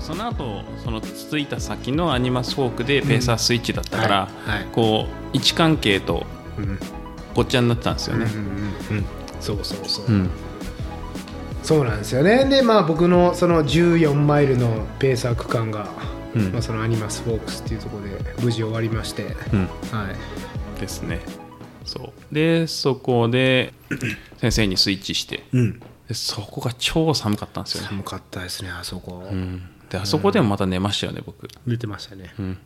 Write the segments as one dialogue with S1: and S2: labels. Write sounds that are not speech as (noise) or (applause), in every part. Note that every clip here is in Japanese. S1: その後そのつついた先のアニマスフォークでペーサースイッチだったから、
S2: はいはい
S1: こう位置関係と
S2: うん
S1: ごっちゃになってたんですよね。
S2: うんそうそうそう、
S1: うん
S2: そうなんですよねでまあ僕のその14マイルのペーサー区間が、
S1: うん
S2: まあ、そのアニマスフォークスっていうところで無事終わりまして、
S1: うん
S2: はい
S1: ですね。そうでそこで
S2: (clears throat)
S1: 先生にスイッチして
S2: うん、
S1: でそこが超寒かったんですよね。
S2: 寒かったですねあそこ、
S1: うん、であそこでもまた寝ましたよね僕。
S2: 寝てましたね、
S1: うん、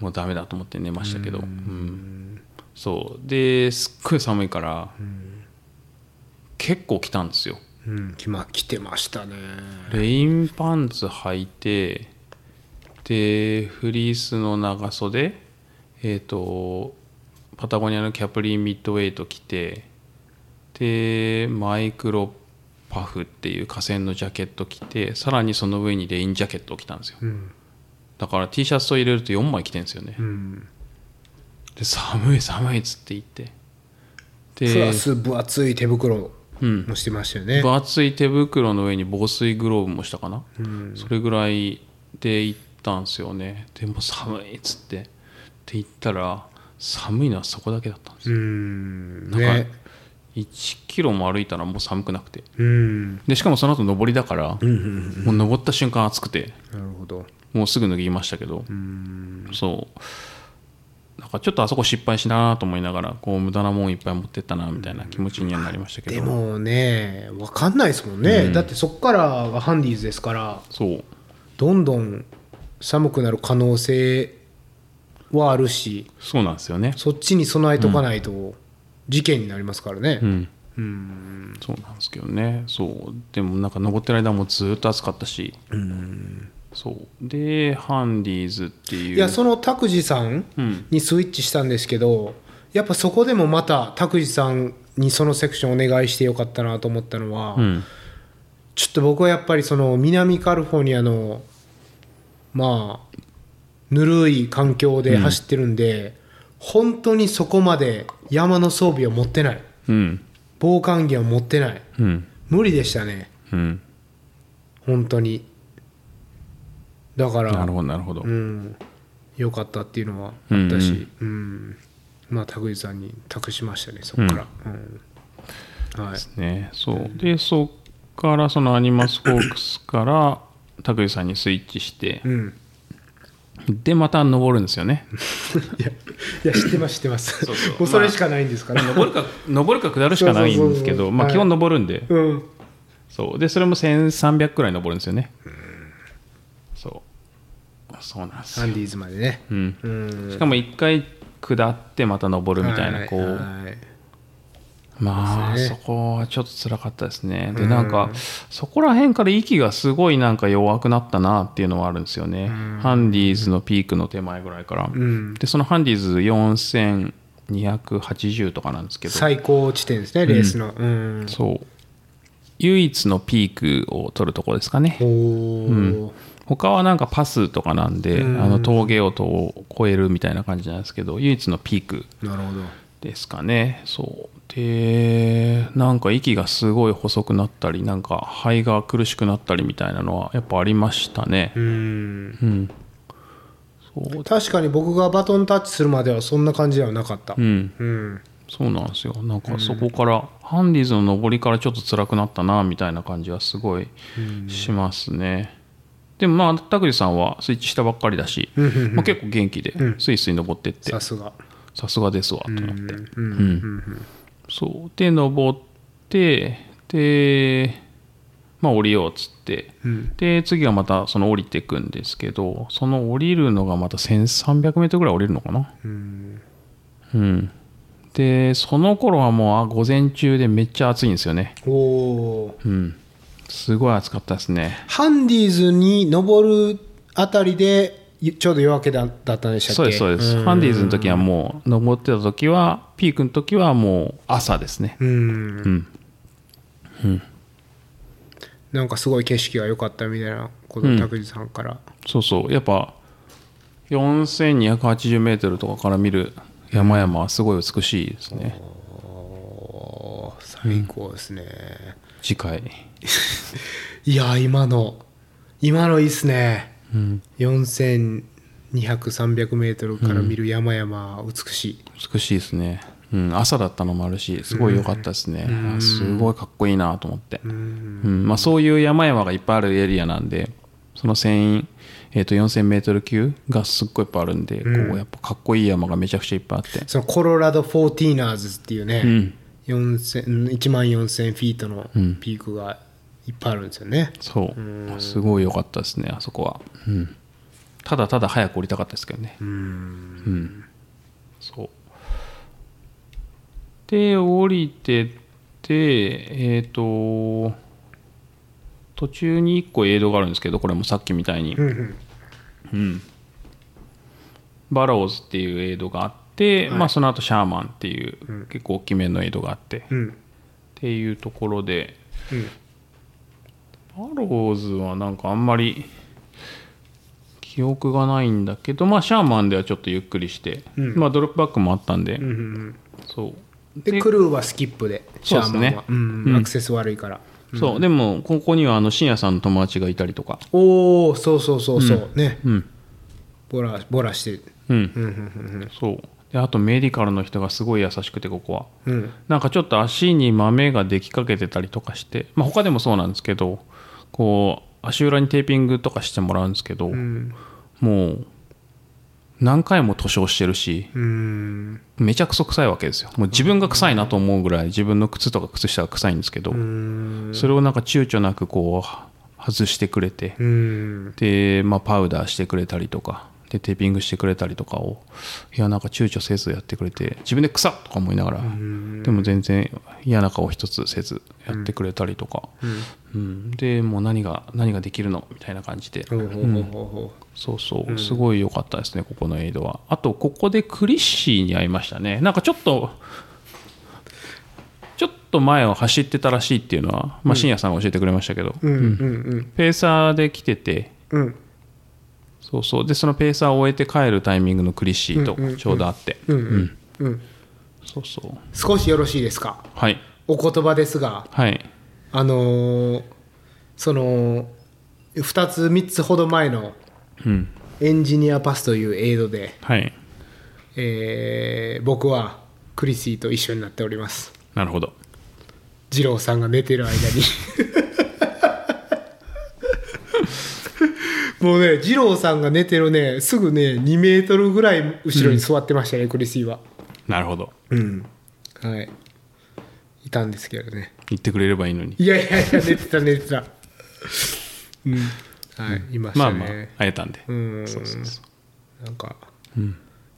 S1: もうダメだと思って寝ましたけど、うんそうですっごい寒いから、結構来たんですよ
S2: うん、きま来てましたね
S1: レインパンツ履いてでフリースの長袖えっ、とパタゴニアのキャプリンミッドウェイト着てでマイクロパフっていう河川のジャケット着てさらにその上にレインジャケットを着たんですよ
S2: うん、
S1: だから T シャツと入れると4枚着てんですよね、
S2: うん、
S1: で寒い寒いっつって言って
S2: プラ
S1: で
S2: ス分厚い手袋
S1: うん
S2: もしてましたよね、
S1: 分厚い手袋の上に防水グローブもしたかな、それぐらいで行ったんですよねでも寒いっつってって言ったら寒いのはそこだけだったんです
S2: うーん
S1: だから
S2: ね
S1: 1キロも歩いたらもう寒くなくて
S2: うん
S1: でしかもその後登りだから、
S2: うんうん
S1: もう登った瞬間暑くて
S2: なるほど
S1: もうすぐ脱ぎましたけど、
S2: うん
S1: そうなんかちょっとあそこ失敗しなーと思いながらこう無駄なもんいっぱい持ってったなみたいな気持ちにはなりましたけど、
S2: でもね分かんないですもんね、だってそこからがハンディーズですから
S1: そう
S2: どんどん寒くなる可能性はあるし
S1: そうなんですよね。
S2: そっちに備えとかないと事件になりますからね
S1: うん、
S2: うん
S1: そうなんですけどね。そうでもなんか登ってる間もずっと暑かったし、そうでハンディーズっていう。
S2: いやその拓司さん
S1: うん
S2: にスイッチしたんですけどやっぱそこでもまた拓司さんにそのセクションお願いしてよかったなと思ったのは、
S1: うん
S2: ちょっと僕はやっぱりその南カリフォルニアのまあぬるい環境で走ってるんで、本当にそこまで山の装備を持ってない
S1: うん
S2: 防寒着を持ってない
S1: うん
S2: 無理でしたね
S1: うん。
S2: 本当にだから
S1: なるほどなるほど。
S2: うん、良かったっていうのはあったし、うんまあ拓司さんに託しましたねそこから、うんはい
S1: ねそうでそっからそのアニマスフォークスから拓司さんにスイッチして
S2: う、ん、
S1: でまた登るんですよね。
S2: いやいや知ってます知ってます
S1: そうそう
S2: もうそれしかないんですから、
S1: 登るか登るか下るしかないんですけ
S2: そうそうそうそ
S1: ど、
S2: う
S1: まあ
S2: はい
S1: 基本登るんで。
S2: うん
S1: そうでそれも1300くらい登るんですよねそうそうなんです
S2: ア
S1: よ
S2: ンディーズまでね
S1: うん
S2: うん
S1: しかも1回下ってまた登るみたいなこ
S2: は
S1: う
S2: い
S1: まあ
S2: そうです
S1: そ
S2: ね
S1: こはちょっと辛かったですねでなんかそこら辺から息がすごいなんか弱くなったなっていうのはあるんですよねハンディーズのピークの手前ぐらいから
S2: ん
S1: でそのハンディーズ4280とかなんですけど
S2: 最高地点ですねレースのうん、
S1: そう唯一のピークを取るところですかね
S2: おお、
S1: 他はなんかパスとかなんで、
S2: うん
S1: あの峠をと越えるみたいな感じなんですけど唯一のピーク
S2: なるほど
S1: ですかねそうでなんか息がすごい細くなったりなんか肺が苦しくなったりみたいなのはやっぱありましたね
S2: うん
S1: うんそう
S2: 確かに僕がバトンタッチするまではそんな感じではなかった
S1: う、ん
S2: うん、
S1: そうなんですよなんかそこから、ハンディーズの上りからちょっと辛くなったなみたいな感じはすごいしますね、でもまあ拓司さんはスイッチしたばっかりだし、
S2: うんうん
S1: まあ、結構元気でスイスイ登ってって
S2: さすが
S1: さすがですわと思って、
S2: うんうん
S1: そうで登ってでまあ降りようっつって、
S2: うん
S1: で次はまたその降りていくんですけどその降りるのがまた 1300m ぐらい降りるのかな
S2: うん
S1: うんでその頃はもうあ午前中でめっちゃ暑いんですよね
S2: おお
S1: うんすごい暑かったですね
S2: ハンディーズに登るあたりでちょうど夜明けだだったんでしたっけ
S1: そうですそうですハンディーズの時はもう登ってた時はピークの時はもう朝ですね
S2: うん
S1: うん
S2: なんかすごい景色が良かったみたいなことを拓司さんから、
S1: そうそうやっぱ4280メートルとかから見る山々はすごい美しいですね
S2: おー最高ですね、
S1: 次回
S2: いや今の今のいいっすね
S1: うん、
S2: 4200300m から見る山々、美しい
S1: 美しいですね、うん、朝だったのもあるしすごい良かったですね、
S2: うん
S1: あすごいかっこいいなと思って、
S2: うん
S1: うんまあ、そういう山々がいっぱいあるエリアなんでその1000、えー、と 4000m 級がすっごいいっぱいあるんで、
S2: うん
S1: こうやっぱかっこいい山がめちゃくちゃいっぱいあって、
S2: そのコロラド・フォーティーナーズっていう
S1: う
S2: ね、
S1: ん、
S2: 4000 1万4000フィートの
S1: うん
S2: ピークがいっぱいあるんですよね、
S1: そう、すごい良かったですねあそこは、うん、ただただ早く降りたかったですけどね
S2: うん、
S1: うん、そうで降りてってえっ、と途中に1個映像があるんですけどこれもさっきみたいに、
S2: うんうん
S1: うんバローズっていうエイドがあって、まあ、その後シャーマンっていう、結構大きめのエイドがあって、っ
S2: うん
S1: ていうところでバローズはなんかあんまり記憶がないんだけど、まあ、シャーマンではちょっとゆっくりして、
S2: うん
S1: まあ、ドロップバックもあったんで、
S2: うんうん
S1: そう
S2: でクルーはスキップでシャ
S1: そ
S2: ーマンは
S1: ううですね
S2: ん
S1: うん
S2: アクセス悪いから、
S1: そうでもここにはあの深夜さんの友達がいたりとか
S2: おおそうそうそうそう、ね
S1: うん
S2: ボラボラしてる
S1: うん
S2: うんうん
S1: そうであとメディカルの人がすごい優しくてここは
S2: うんうん
S1: なんかちょっと足に豆ができかけてたりとかして、まあ、他でもそうなんですけどこう足裏にテーピングとかしてもらうんですけど、
S2: うん
S1: もう何回も塗装してるし
S2: うん
S1: めちゃくそ臭いわけですよもう自分が臭いなと思うぐらい自分の靴とか靴下が臭いんですけど、
S2: うん
S1: それをなんか躊躇なくこう外してくれて、
S2: うん
S1: で、まあ、パウダーしてくれたりとかでテーピングしてくれたりとかをいやなんか躊躇せずやってくれて自分で臭っとか思いながらでも全然嫌な顔一つせずやってくれたりとか、うんでもう何が何ができるのみたいな感じで、
S2: ほうほうほうほうほ
S1: そうそうすごい良かったですねここのエイドはあとここでクリッシーに会いましたねなんかちょっとちょっと前を走ってたらしいっていうのは、まあ、深夜さんが教えてくれましたけど、
S2: ううんうん
S1: ペーサーで来てて
S2: うんうん
S1: そうそうでそのペーサーを終えて帰るタイミングのクリッシー
S2: うんうんうん
S1: とちょうどあって
S2: うんうんうん
S1: そうそう
S2: 少しよろしいですか
S1: はい
S2: お言葉ですが
S1: はい
S2: あのーその2つ3つほど前の
S1: うん
S2: エンジニアパスというエイドで、
S1: はい
S2: えー僕はクリシーと一緒になっております
S1: なるほど
S2: 二郎さんが寝てる間にもうね二郎さんが寝てるねすぐね2メートルぐらい後ろに座ってましたね、クリシーは
S1: なるほど
S2: うんはいいたんですけどね
S1: 言ってくれればいいのに
S2: いやいやいや寝てた寝てたうんはい、いまし
S1: まあ
S2: たね、
S1: まあ会えたんで
S2: うん
S1: そうそうそう
S2: なんか、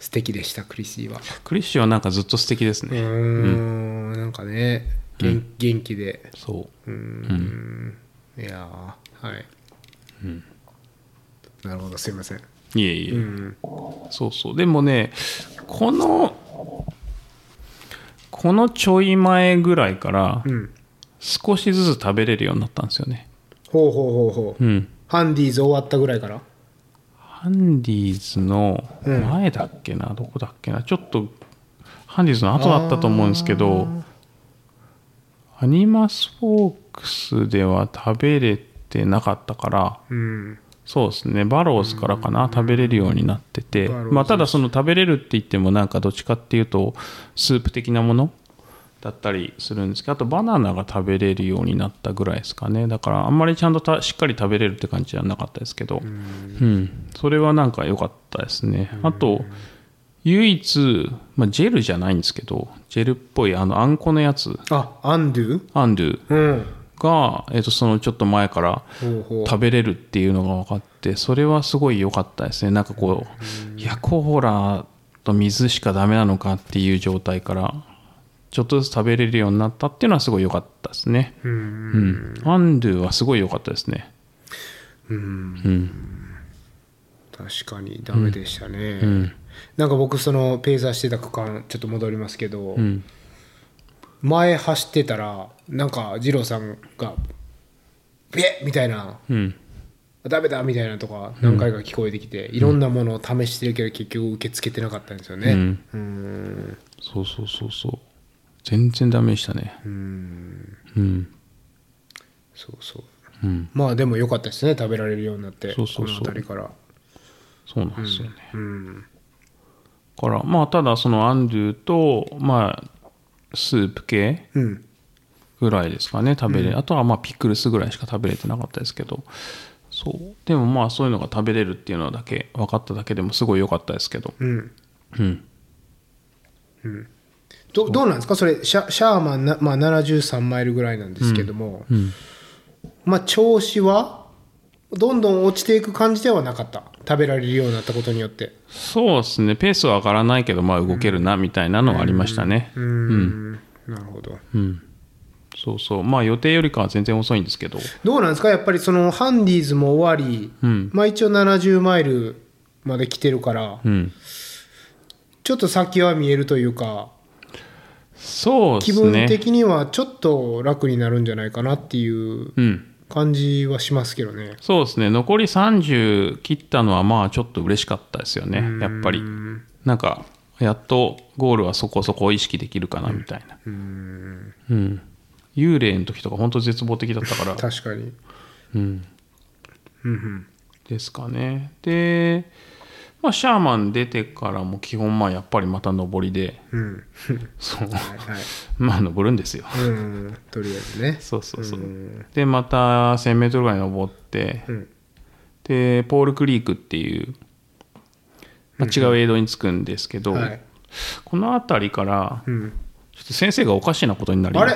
S2: 素敵でしたクリシーは
S1: クリッシーはなんかずっと素敵です
S2: う
S1: ね
S2: んなんかね元,、元気で
S1: そううん
S2: いやーはい、なるほどすいません
S1: いえいえ、
S2: うん
S1: そうそうでもねこのこのちょい前ぐらいから
S2: うん
S1: 少しずつ食べれるようになったんですよね
S2: ほうほうほうほう、
S1: うん
S2: ハンディーズ終わったぐらいから
S1: ハンディーズの
S2: うん
S1: 前だっけな、どこだっけなちょっとハンディーズの後だったと思うんですけどアニマスフォークスでは食べれてなかったから
S2: うん
S1: そうですねバローズからかな食べれるようになってて、
S2: バローズ
S1: まあ、ただその食べれるって言ってもなんかどっちかっていうとスープ的なものだったりするんですけどあとバナナが食べれるようになったぐらいですかねだからあんまりちゃんとたしっかり食べれるって感じじゃなかったですけど、うん、それはなんか良かったですね。あと、唯一、まあ、ジェルじゃないんですけど、ジェルっぽい、あの、あんこのやつ、
S2: あアンドゥ
S1: アンドゥ
S2: うん
S1: が、えっ、と、そのちょっと前から
S2: ほうほう
S1: 食べれるっていうのが分かって、それはすごい良かったですね。なんかこう、いや、コーラと水しかダメなのかっていう状態から、ちょっとずつ食べれるようになったっていうのはすごい良かったですね。
S2: うん
S1: うん。アンドゥはすごい良かったですね。
S2: うん
S1: うん。
S2: 確かにダメでしたね、
S1: ん
S2: なんか僕そのペーサーしてた区間ちょっと戻りますけど、
S1: うん。
S2: 前走ってたらなんか二郎さんが「ビエッ!」みたいな
S1: うん。
S2: 「ダメだ!」みたいなとか何回か聞こえてきて、いろんなものを試してるけど結局受け付けてなかったんですよね
S1: うん
S2: うん
S1: そうそうそうそう全然ダメでしたね
S2: うん
S1: うん
S2: そうそ
S1: う
S2: う
S1: ん
S2: まあでも良かったですね食べられるようになって
S1: そうそうそう
S2: この辺りから
S1: そうなんですよね、
S2: うん
S1: からまあただそのアンドゥとまあスープ系
S2: うん
S1: ぐらいですかね食べれ、あとはまあピクルスぐらいしか食べれてなかったですけどそうでもまあそういうのが食べれるっていうのだけ分かっただけでもすごい良かったですけど
S2: うん
S1: うん
S2: どどうなんですかそれシャシャーマンな、まあ、73マイルぐらいなんですけども、
S1: うん
S2: まあ調子はどんどん落ちていく感じではなかった食べられるようになったことによって
S1: そうですねペースは上がらないけどまあ動けるなみたいなのはありましたね
S2: うーんなるほど
S1: うん、そうそうまあ予定よりかは全然遅いんですけど
S2: どうなんですかやっぱりそのハンディーズも終わり、
S1: うん
S2: まあ一応70マイルまで来てるから
S1: うん
S2: ちょっと先は見えるというか
S1: そうで
S2: 気
S1: すね
S2: 分的にはちょっと楽になるんじゃないかなっていう
S1: うん
S2: 感じはしますけどね。
S1: そうですね残り30切ったのはまあちょっと嬉しかったですよねやっぱりなんかやっとゴールはそこそこ意識できるかなみたいなうん、幽霊の時とか本当絶望的だったから
S2: 確かに。
S1: (laughs) うん
S2: うんうん
S1: ですかねでまあシャーマン出てからも基本まあやっぱりまた上りで
S2: うん。
S1: そう (laughs)
S2: はいはい。
S1: まあ上るんですよ
S2: うん。とりあえずね。
S1: そうそうそう、
S2: うん
S1: でまた 1000m ぐらい登って、
S2: うん
S1: でポールクリークっていう、まあ、違うエイドに着くんですけど、
S2: はい。
S1: この辺りから
S2: うん。
S1: ちょっと先生がおかしなことになり
S2: あれ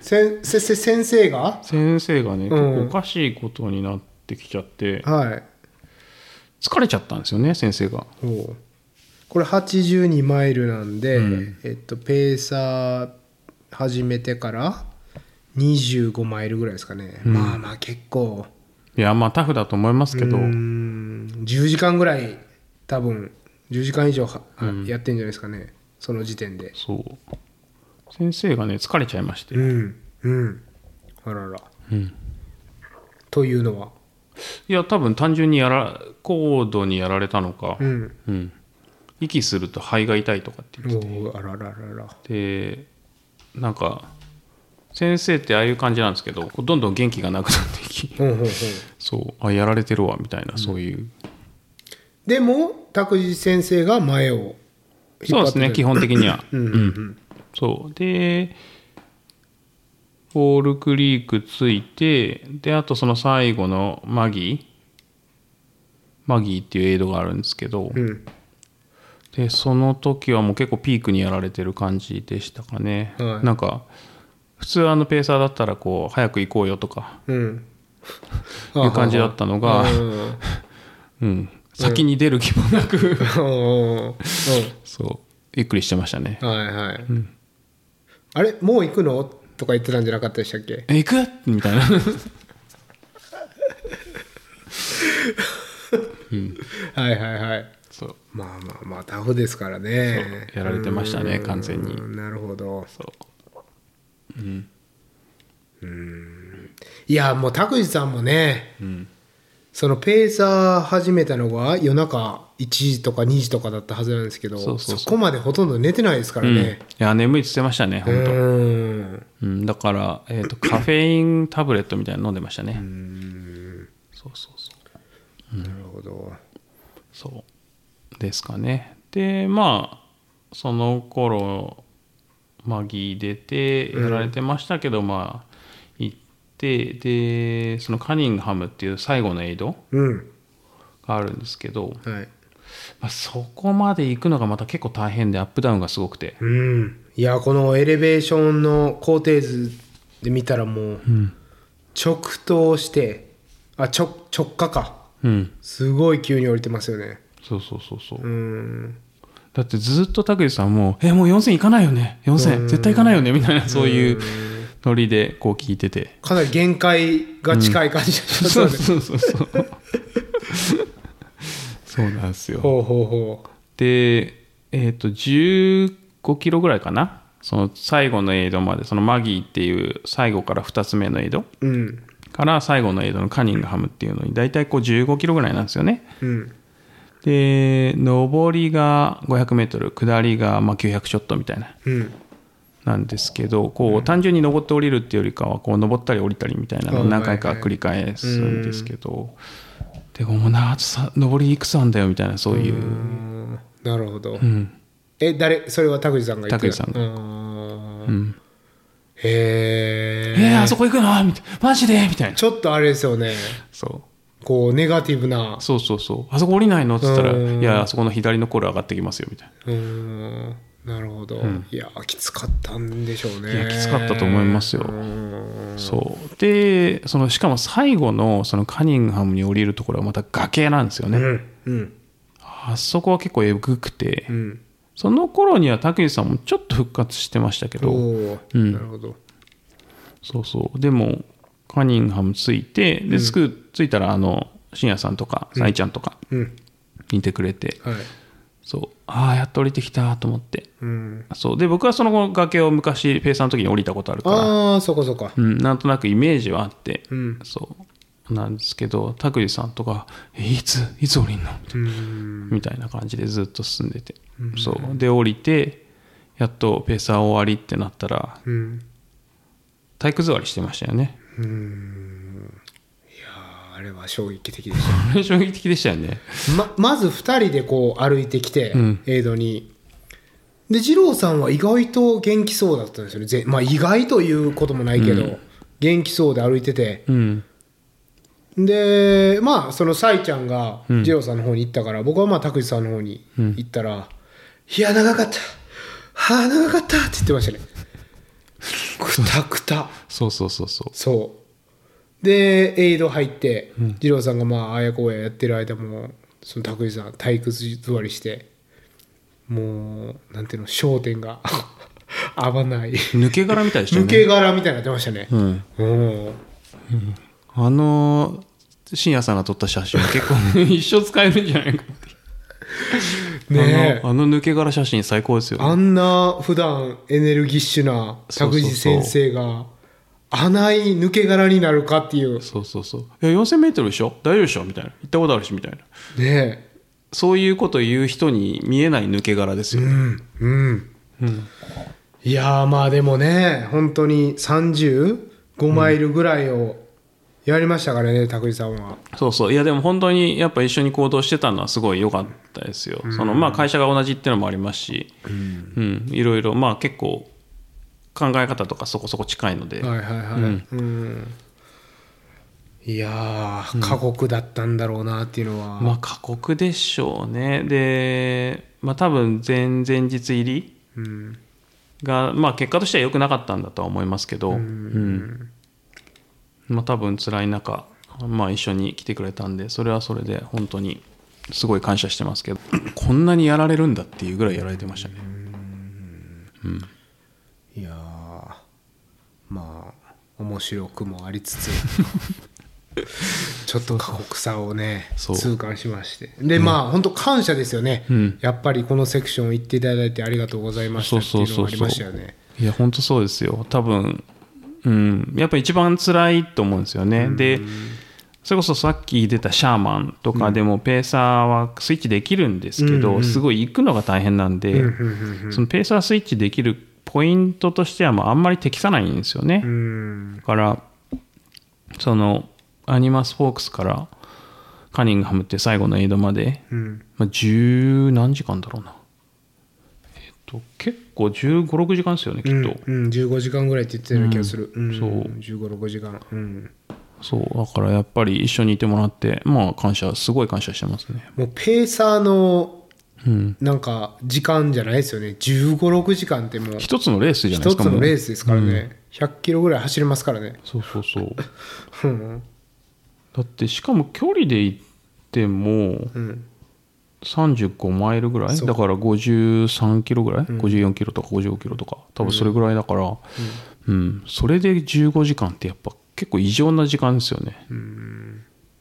S2: せんせせ先生が
S1: 先生がね、
S2: うん
S1: 結構おかしいことになってきちゃって
S2: はい。
S1: 疲れちゃったんですよね先生が
S2: おうこれ82マイルなんで、
S1: うん
S2: えっと、ペーサー始めてから25マイルぐらいですかね。
S1: うん
S2: まあまあ結構。
S1: いやまあタフだと思いますけど、
S2: うーん10時間ぐらい多分10時間以上は、あやってんじゃないですかねその時点で
S1: そう先生がね疲れちゃいまして、
S2: うんうんあらら
S1: うん
S2: というのはい
S1: や多分単純にやら高度にやられたのか、
S2: うん
S1: うん息すると肺が痛いとかって言って
S2: おーあらららら
S1: でなんか先生ってああいう感じなんですけどこうどんどん元気がなくなっていき (laughs)
S2: うんうんうん
S1: そうあやられてるわみたいな、そういう
S2: でも拓司先生が前を引
S1: そうで
S2: っ張って
S1: すね基本的に
S2: (laughs)
S1: は
S2: うんうん
S1: そうでホールクリークついてであとその最後のマギーマギーっていうエイドがあるんですけど、
S2: うんうん
S1: でその時はもう結構ピークにやられてる感じでしたかね、
S2: はい
S1: なんか普通あのペーサーだったらこう早く行こうよとか
S2: うん
S1: いう感じだったのが
S2: うんうんうん
S1: うん、先に出る気もなく、
S2: うん
S1: (laughs) そうゆっくりしてましたね
S2: はいはい、あれもう行くのとか言ってたんじゃなかったでしたっけ
S1: え行くみたいな
S2: はいはいはい
S1: (laughs) そう
S2: まあまあまあタフですからね
S1: そうやられてましたね
S2: うん
S1: 完全に
S2: なるほど
S1: そう
S2: いやもう拓司さんもね
S1: うん
S2: そのペーサー始めたのが夜中1時とか2時とかだったはずなんですけど
S1: そうそうそう
S2: こまでほとんど寝てないですから
S1: うんい
S2: ね
S1: や眠いって言ってましたね
S2: う
S1: 本当、
S2: ん
S1: うん、だから、えー、 (laughs) とカフェインタブレットみたいなの飲んでましたねそうそうそう
S2: なるほど
S1: そうですかねでまあその頃マギー出てやられてましたけど、まあ行ってでそのカニングハムっていう最後のエイド
S2: うん
S1: があるんですけど、
S2: はい
S1: まあ、そこまで行くのがまた結構大変でアップダウンがすごくて、
S2: うんいやこのエレベーションの工程図で見たらもう
S1: うん
S2: 直投してあ直直下か
S1: うん、
S2: すごい急に降りてますよね
S1: そうそうそうそう、
S2: うん
S1: だってずっと拓司さんも「えもう4000行かないよね4000絶対行かないよね」みたいなそういうノリでこう聞いてて、
S2: かなり限界が近い感じがします
S1: そ
S2: よ
S1: う
S2: ね、
S1: そうそうそう (laughs) そうなんですよ
S2: ほうほうほ
S1: でえっ、と15キロぐらいかなその最後のエイドまでそのマギーっていう最後から2つ目のエイド
S2: ううん
S1: から最後のエイドのカニングハムっていうのに大体こう15キロぐらいなんですよね
S2: うん
S1: で上りが 500m 下りがまあ900ちょっとみたいな
S2: うん
S1: なんですけどこう単純に登って降りるっていうよりかはこう登ったり降りたりみたいなのを何回か繰り返すんですけどでももうなさ登りいくつあんだよみたいなそういう
S2: ー
S1: うん
S2: なるほど、
S1: うん
S2: え誰それは拓司さんが言って
S1: 拓司さんが
S2: が
S1: うん
S2: へ
S1: えーあそ
S2: こ
S1: こ行くのみたいなマジでみたいな
S2: ちょっとあれですよね
S1: そう
S2: こうネガティブな
S1: そうそうそうあそこ降りないのって言ったら「
S2: うん
S1: いやあそこの左のコール上がってきますよ」みたいな。
S2: うーんなるほど、
S1: ん
S2: いやきつかったんでしょうね
S1: いやきつかったと思いますよ
S2: うーん
S1: そうでそのしかも最後のそのカニングハムに降りるところはまた崖なんですよね、
S2: うんうん
S1: あそこは結構えぐくて、
S2: うん
S1: その頃には拓司さんもちょっと復活してましたけど、
S2: おー
S1: うん
S2: なるほど
S1: そうそうでもカニングハム着いてでつく、着いたらあの信也さんとかさいちゃんとか
S2: うん
S1: 似てくれて、
S2: はい
S1: そうああやっと降りてきたと思って
S2: うん
S1: そうで僕はその後崖を昔ペイさんの時に降りたことあるから、
S2: ああそこそこ
S1: うん、なんとなくイメージはあって、
S2: うん
S1: そうなんですけど拓司さんとか「えいついつ降りんの?」
S2: うーん
S1: みたいな感じでずっと進んでて、そうで降りてやっとペーサー終わりってなったら
S2: うん
S1: 体育座りしてましたよね
S2: うーんいやーあれは衝撃的でした
S1: こ (laughs) れ衝撃的でしたよね
S2: ままず2人でこう歩いてきて、
S1: うん
S2: エイドに。で、二郎さんは意外と元気そうだったんですよね。ぜまあ、意外ということもないけど、元気そうで歩いてて。
S1: うん
S2: で、まあ、そのサイちゃんが二郎さんの方に行ったから、僕はまあ、拓司さんの方に行ったら、いや、長かった。はあ、長かったって言ってましたね。くたくた。
S1: そうそうそうそ
S2: そうでエイド入って二郎さんがまああやこうややってる間もその拓司さん体育座りしてもうなんていうの焦点が (laughs) 合わないう
S1: 抜け殻みたいでしたよ
S2: 抜
S1: ね
S2: け殻みたいになってましたね
S1: うん、
S2: うん
S1: あのー信也さんが撮った写真 (laughs) 結構一生使えるんじゃないかって
S2: ねえ
S1: あのあの抜け殻写真最高ですよね
S2: あんな普段エネルギッシュな
S1: そうそ
S2: 拓
S1: うそう
S2: 司先生が穴い抜け殻になるかっていうね
S1: そうそうそう「いや 4000m でしょ大丈夫でしょ」みたいな「行ったことあるし」みたいな
S2: え
S1: そういうこと言う人に見えない抜け殻ですよね、
S2: うん、いやーまあでもね本当に35マイルぐらいをやりましたからね拓司さんは
S1: そうそういやでも本当にやっぱ一緒に行動してたのはすごい良かったですよ、そのまあ会社が同じっていうのもありますし、うんいろいろまあ結構考え方とかそこそこ近いので、
S2: はいはいはい、うんいやー過酷だったんだろうなっていうのは、
S1: まあ過酷でしょうねでまあ多分前々日入り
S2: うん
S1: が、まあ、結果としては良くなかったんだとは思いますけど、うんまあ、多分辛い中、まあ、一緒に来てくれたんでそれはそれで本当にすごい感謝してますけどこんなにやられるんだっていうぐらいやられてましたね、
S2: いやーまあ面白くもありつ
S1: (laughs)
S2: つちょっと過酷さをね
S1: そう
S2: 痛感しましてで、まあ本当感謝ですよね、
S1: うん
S2: やっぱりこのセクション行っていただいてありがとうございましたっていうのがありましたよね
S1: いや本当そうですよ多分、うん、やっぱ一番辛いと思うんですよね、でそれこそさっき出たシャーマンとかでもペーサーはスイッチできるんですけど、すごい行くのが大変なんで、そのペーサースイッチできるポイントとしてはまああんまり適さないんですよね、
S2: うん
S1: だからそのアニマス・フォークスからカニングハムって最後のエイドまで、
S2: うん
S1: まあ、10何時間だろうなえっと結構1 5 6時間ですよねきっと、
S2: うん、15時間ぐらいって言ってたような気がする、うん
S1: そう
S2: 15、6時間、うん、
S1: そうだからやっぱり一緒にいてもらってまあ感謝すごい感謝してますね
S2: もうペーサーの
S1: うん
S2: なんか時間じゃないですよね、15、6時間ってもう、
S1: 一つのレースじゃないで
S2: 一
S1: すか
S2: つのレー
S1: ス
S2: スですからね、100キロぐらい走れますからね。
S1: そうそうそう
S2: うん
S1: だってしかも距離で行っても
S2: うん
S1: 35マイルぐらいだから53キロぐらい、54キロとか55キロとか多分それぐらいだから、うんそれで15時間ってやっぱ結構異常な時間ですよね、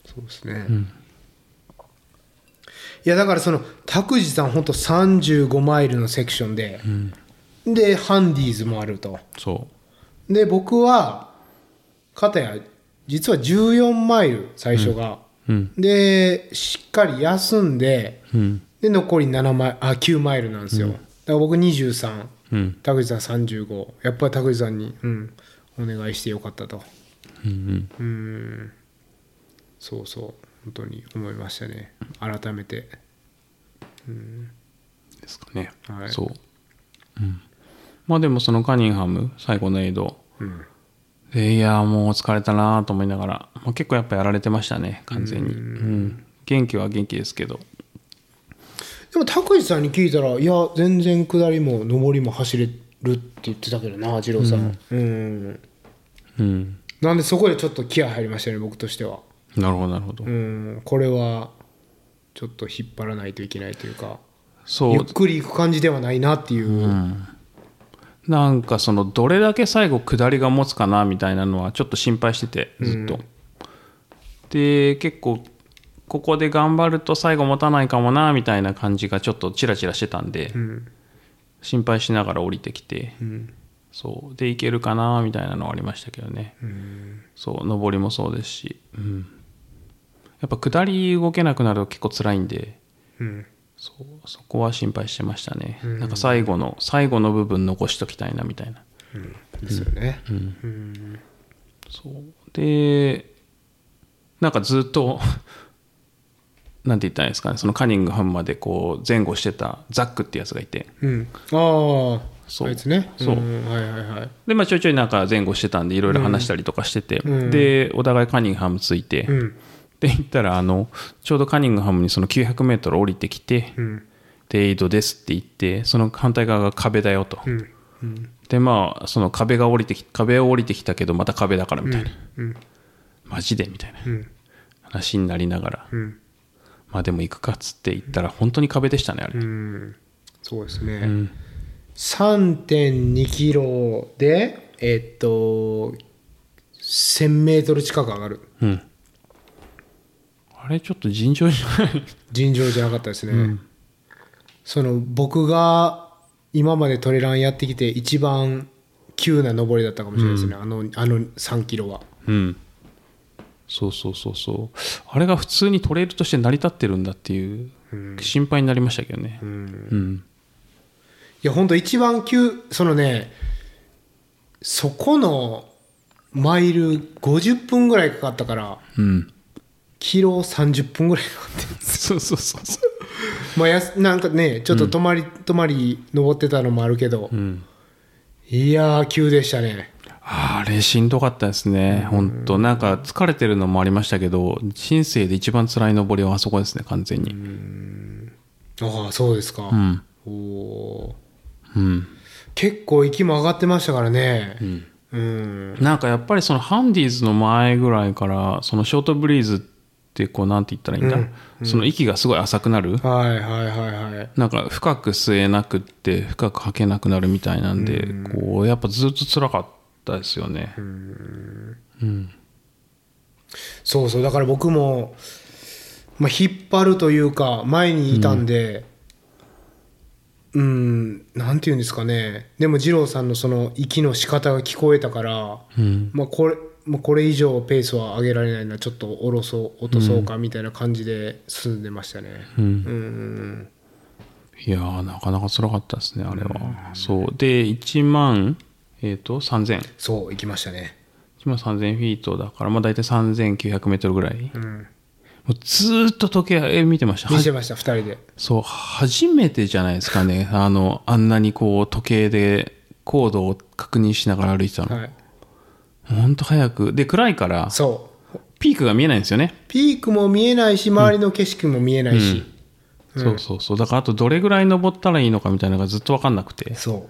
S2: そうですね、いやだからその拓司さん本当35マイルのセクションで、でハンディーズもあると
S1: そ
S2: で僕は片や実は14マイル最初が、
S1: ううん
S2: でしっかり休んで
S1: うん
S2: で残り7マイあ9マイルなんですよ、だから僕23
S1: うん
S2: 田口さん35やっぱり田口さんに、うん、お願いしてよかったと
S1: うんうん
S2: うんそうそう本当に思いましたね改めて
S1: ですかね、
S2: はい
S1: そう、うん、まあでもそのカニンハム最後のエイド
S2: うん
S1: でいやーもう疲れたなーと思いながら、まあ、結構やっぱやられてましたね完全にうん、元気は元気ですけど
S2: でも田口さんに聞いたらいや全然下りも上りも走れるって言ってたけどな二郎さんうん、
S1: うん
S2: なんでそこでちょっと気合入りましたね僕としては
S1: なるほどなるほど、
S2: うんこれはちょっと引っ張らないといけないというか
S1: そ
S2: ゆっ
S1: う
S2: くりいく感じではないなっていう、
S1: なんかそのどれだけ最後下りが持つかなみたいなのはちょっと心配しててずっと、で結構ここで頑張ると最後持たないかもなみたいな感じがちょっとチラチラしてたんで、
S2: ん
S1: 心配しながら降りてきて、そうでいけるかなみたいなのはありましたけどね、そう上りもそうですし、うん、やっぱ下り動けなくなると結構辛いんで
S2: うん
S1: そうそこは心配してましたね、なんか最後の最後の部分残しときたいなみたいな
S2: ですよね、
S1: そうでなんかずっと (laughs) なんて言ったらいいんですかねそのカニングハムまでこう前後してたザックってやつがいて
S2: うん、ああ
S1: そう
S2: あいつね
S1: そうん
S2: はいはいはい
S1: でまあちょいちょいなんか前後してたんでいろいろ話したりとかしてて、でお互いカニングハムついて、
S2: う
S1: って
S2: ん
S1: 言ったらあのちょうどカニングハムにその 900m 降りてきて、
S2: うん
S1: でエイドですって言ってその反対側が壁だよと、
S2: うん
S1: でまあその壁が降りてき壁を降りてきたけどまた壁だからみたいな、
S2: うん
S1: マジでみたいな
S2: うん
S1: 話になりながら、
S2: うん
S1: まあでも行くかっつって行ったら本当に壁でしたねあれ、
S2: うんそうですね、3.2キロでえっと1000メートル近く上がる
S1: うんあれちょっと尋常じゃ
S2: (laughs)
S1: ない
S2: 尋常じゃなかったですね、その僕が今までトレランやってきて一番急な登りだったかもしれないですね、あのあの3キロは
S1: うんそうそうそうそうあれが普通にトレイルとして成り立ってるんだっていう心配になりましたけどねうん
S2: いや本当一番急そのねそこのマイル50分ぐらいかかったから
S1: うん、
S2: (laughs) キロ30分ぐらいかかって
S1: そうそうそうそう
S2: まあ、やすなんかねちょっと泊まり、泊まり登ってたのもあるけど、
S1: ん
S2: いやー急でしたね
S1: あれしんどかったですね本当なんか疲れてるのもありましたけど人生で一番辛い登りはあそこですね完全に
S2: ああそうですか、
S1: うん
S2: おお
S1: うん
S2: 結構息も上がってましたからね
S1: ん
S2: うん
S1: なんかやっぱりそのハンディーズの前ぐらいからそのショートブリーズってこうなんて言ったらいいんだ、
S2: うん
S1: その息がすごい浅くなる
S2: はいはいはいはい
S1: なんか深く吸えなくって深く吐けなくなるみたいなんで、こうやっぱずっと辛かったですよね、
S2: そうそうだから僕も、まあ、引っ張るというか前にいたんでうんなんていうんですかねでも二郎さんのその息の仕方が聞こえたから、
S1: うん
S2: まあ、これもうこれ以上ペースは上げられないなちょっと下ろそう落とそうかみたいな感じで進んでましたね。
S1: うん
S2: うん
S1: いやーなかなか辛かったですねあれは、そうで1万えっ、と3000 1
S2: そう行きましたね。
S1: 万3000フィートだからまあ大体3900メートルぐらい、
S2: う
S1: も
S2: ん、
S1: うずーっと時計見てました
S2: 見てました2人で。
S1: そう、初めてじゃないですか (laughs) ね。あの、あんなにこう、時計で高度を確認しながら歩いてたの。
S2: はい、
S1: ほんと早く。で、暗いから、
S2: そう
S1: ピークが見えないんですよね。
S2: ピークも見えないし周りの景色も見えないし、
S1: そうそうそう。だから、あとどれぐらい登ったらいいのかみたいなのがずっとわかんなくて。
S2: そう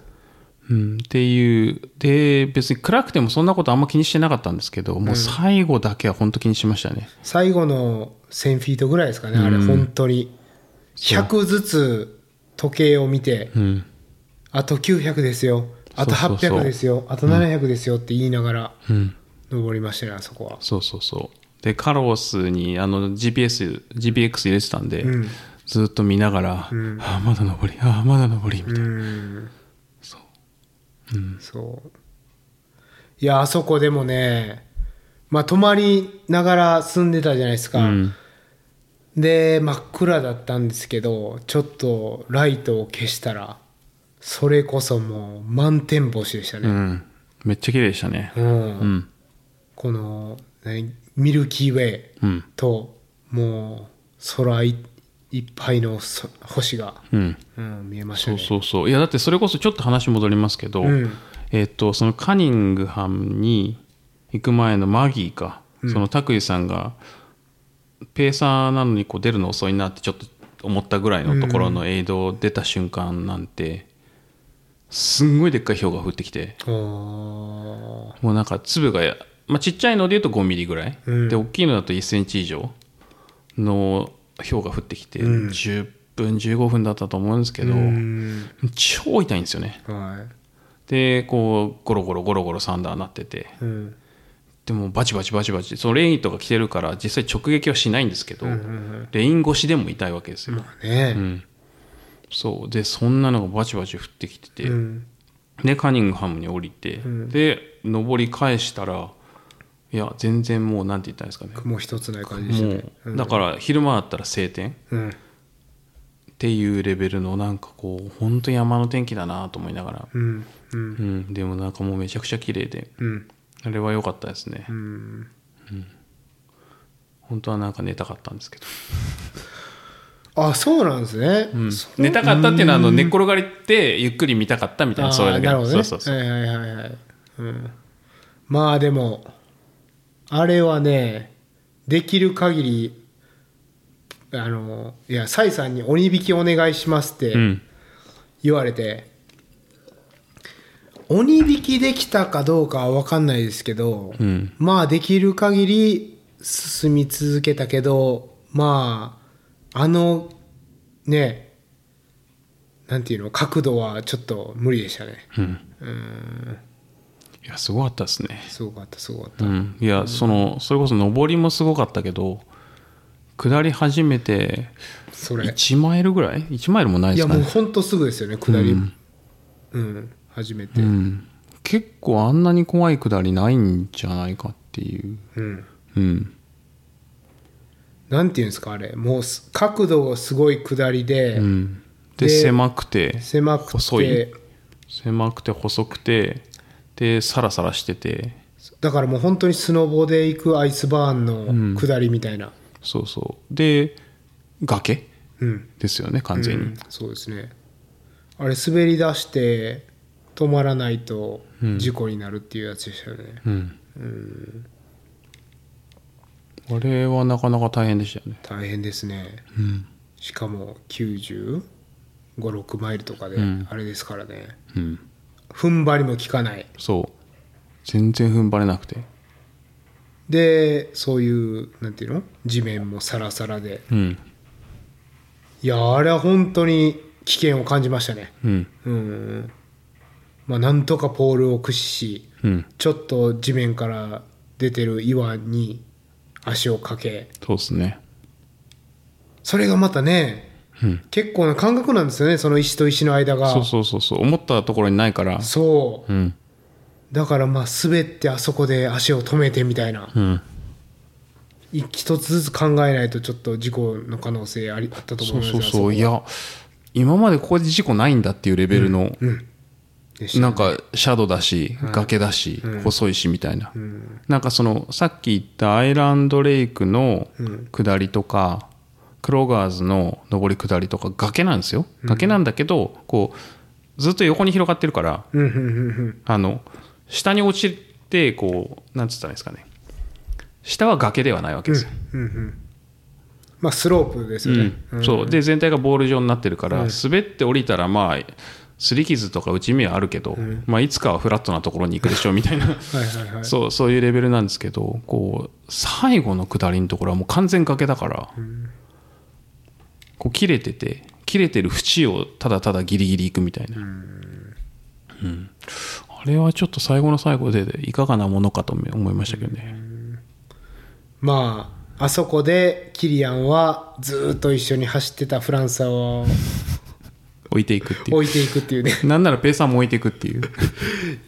S1: うん、っていう。で、別に暗くてもそんなことあんま気にしてなかったんですけど、もう最後だけは本当気にしましたね。
S2: 最後の1000フィートぐらいですかね、あれ、本当に。100ずつ時計を見て、
S1: うん。
S2: あと900ですよ、あと
S1: そうそうそう
S2: 800ですよ、あと700ですよって言いながら
S1: うん。
S2: 登りましたね、あそこは。
S1: そうそうそう。で、カロスに、あの、GPS、GPX 入れてたんで、
S2: うん
S1: ずっと見ながら、
S2: うん
S1: ああ、まだ登り、ああ、まだ登り、みたいな。
S2: うん、
S1: そう。
S2: そう。いや、あそこでもね、まあ、泊まりながら住んでたじゃないですか。
S1: うん。
S2: で真っ暗だったんですけどちょっとライトを消したらそれこそもう満天星でした
S1: う
S2: ね、
S1: んめっちゃ綺麗でしたね
S2: うん
S1: うん
S2: この何ミルキーウェイ
S1: うん
S2: ともう空いいっぱいのそ星が、
S1: うん
S2: うん、見えました
S1: そ
S2: ね
S1: うそうそういやだってそれこそちょっと話戻りますけど、
S2: うん
S1: えっとそのカニングハムに行く前のマギーか、その拓井さんがペーサーなのにこう出るの遅いなってちょっと思ったぐらいのところのエイドを出た瞬間なんて、すんごいでっかい氷が降ってきて
S2: あ
S1: もうなんか粒がや、まあ、ちっちゃいのでいうと5ミリぐらい、
S2: うん
S1: で大きいのだと1センチ以上の氷が降ってきて、
S2: うん
S1: 10分15分だったと思うんですけど、
S2: ーうん
S1: 超痛いんですよね
S2: は
S1: でこうゴロゴロゴロゴロサンダーなってて
S2: いうん
S1: でもバチバチバチバチそのレインとか着てるから実際直撃はしないんですけど、
S2: うんうん
S1: レイン越しでも痛いわけです
S2: うん
S1: よ、
S2: まあね、
S1: うんそうでそんなのがバチバチ降ってきてて、
S2: うん
S1: でカニングハムに降りて、で上り返したらいや全然もうなんて言ったんですかね
S2: 雲一つない感じでした
S1: も
S2: ね
S1: う、、だから昼間だったら晴天
S2: うん
S1: っていうレベルのなんかこう本当山の天気だなと思いながら、
S2: うんうん
S1: うん、でもなんかもうめちゃくちゃ綺麗で
S2: うん
S1: あれは良かったですね、
S2: うん
S1: 本当はなんか寝たかったんですけど、
S2: あそうなんですね、
S1: うん
S2: そ
S1: 寝たかったっていうのはあの寝っ転がりってゆっくり見たかったみたいなそれだけ
S2: あーなるほどね
S1: そうそうそう、
S2: はいはいはいはい、うん、まあでもあれはねできる限りあのいやサイさんに「鬼引きお願いします」って
S1: うん
S2: 言われて、鬼引きできたかどうかは分かんないですけど、
S1: うん
S2: まあできる限り進み続けたけどまああのねなんていうの角度はちょっと無理でしたね
S1: うん、
S2: うん
S1: いやすごかったですね
S2: すごかったすごかった、
S1: うん、いや、そのそれこそ上りもすごかったけど下り始めて
S2: それ
S1: 1マイルぐらい1マイルもない
S2: い
S1: で
S2: や
S1: すか
S2: もう
S1: ね、
S2: ほんとすぐですよね下りう
S1: うんん、
S2: 初めて
S1: う
S2: うん、
S1: ん、結構あんなに怖い下りないんじゃないかっていう、うん、
S2: なんていうんですかあれもうす角度がすごい下りで、
S1: うん、で
S2: で
S1: 狭くて
S2: 狭くて
S1: 細い狭くて細くてでサラサラしてて
S2: だからもう本当にスノボで行くアイスバーン
S1: ん
S2: の下りみたいな
S1: そうそうで崖
S2: うん、
S1: ですよね完全に、
S2: うんそうですねあれ滑り出して止まらないと事故になるっていうやつでしたよね、
S1: うんあれはなかなか大変でしたよね
S2: 大変ですね
S1: うん
S2: しかも9 5 6マイルとかで
S1: うん
S2: あれですからね、
S1: うん
S2: 踏ん張りも効かない
S1: そう全然踏ん張れなくて
S2: でそういうなんていうの地面もサラサラで
S1: うん
S2: いやあれは本当に危険を感じましたね
S1: うん
S2: うんまあなんとかポールを駆使し
S1: うん
S2: ちょっと地面から出てる岩に足をかけ
S1: そうですね
S2: それがまたね
S1: うん
S2: 結構な感覚なんですよねその石と石の間が
S1: そうそうそうそう思ったところにないから
S2: そう
S1: うん
S2: だからまあ滑ってあそこで足を止めてみたいな
S1: うん
S2: 一つずつ考えないとちょっと事故の可能性ありあったと思
S1: そ
S2: いうます
S1: そうそうい
S2: あこは
S1: や今までここで事故ないんだっていうレベルの、
S2: うんでした
S1: なんかシャドウだし崖だし、細いしみたいな、なんかそのさっき言ったアイランドレイクの下りとか、クロガーズの上り下りとか崖なんですよ崖なんだけど、こうずっと横に広がってるから
S2: うんうんうん
S1: あの下に落ちてこうなんつったらいいんですかね下は崖ではないわけですよ、
S2: うんうんうんまあスロープですよね、
S1: うんそうで全体がボール状になってるから、滑って降りたらまあすり傷とか打ち身はあるけど、まあ、いつかはフラットなところに行くでしょうみたい (laughs) な
S2: はいはいはい
S1: そうそういうレベルなんですけどこう最後の下りのところはもう完全崖だから、こう切れてて切れてる縁をただただギリギリ行くみたいな、うんあれはちょっと最後の最後でいかがなものかと思いましたけどね、
S2: まああそこでキリアンはずーっと一緒に走ってたフランサーを
S1: 置いていくっていう
S2: 置いていくっていう (laughs) ね
S1: なんならペーサーも置いていくっていう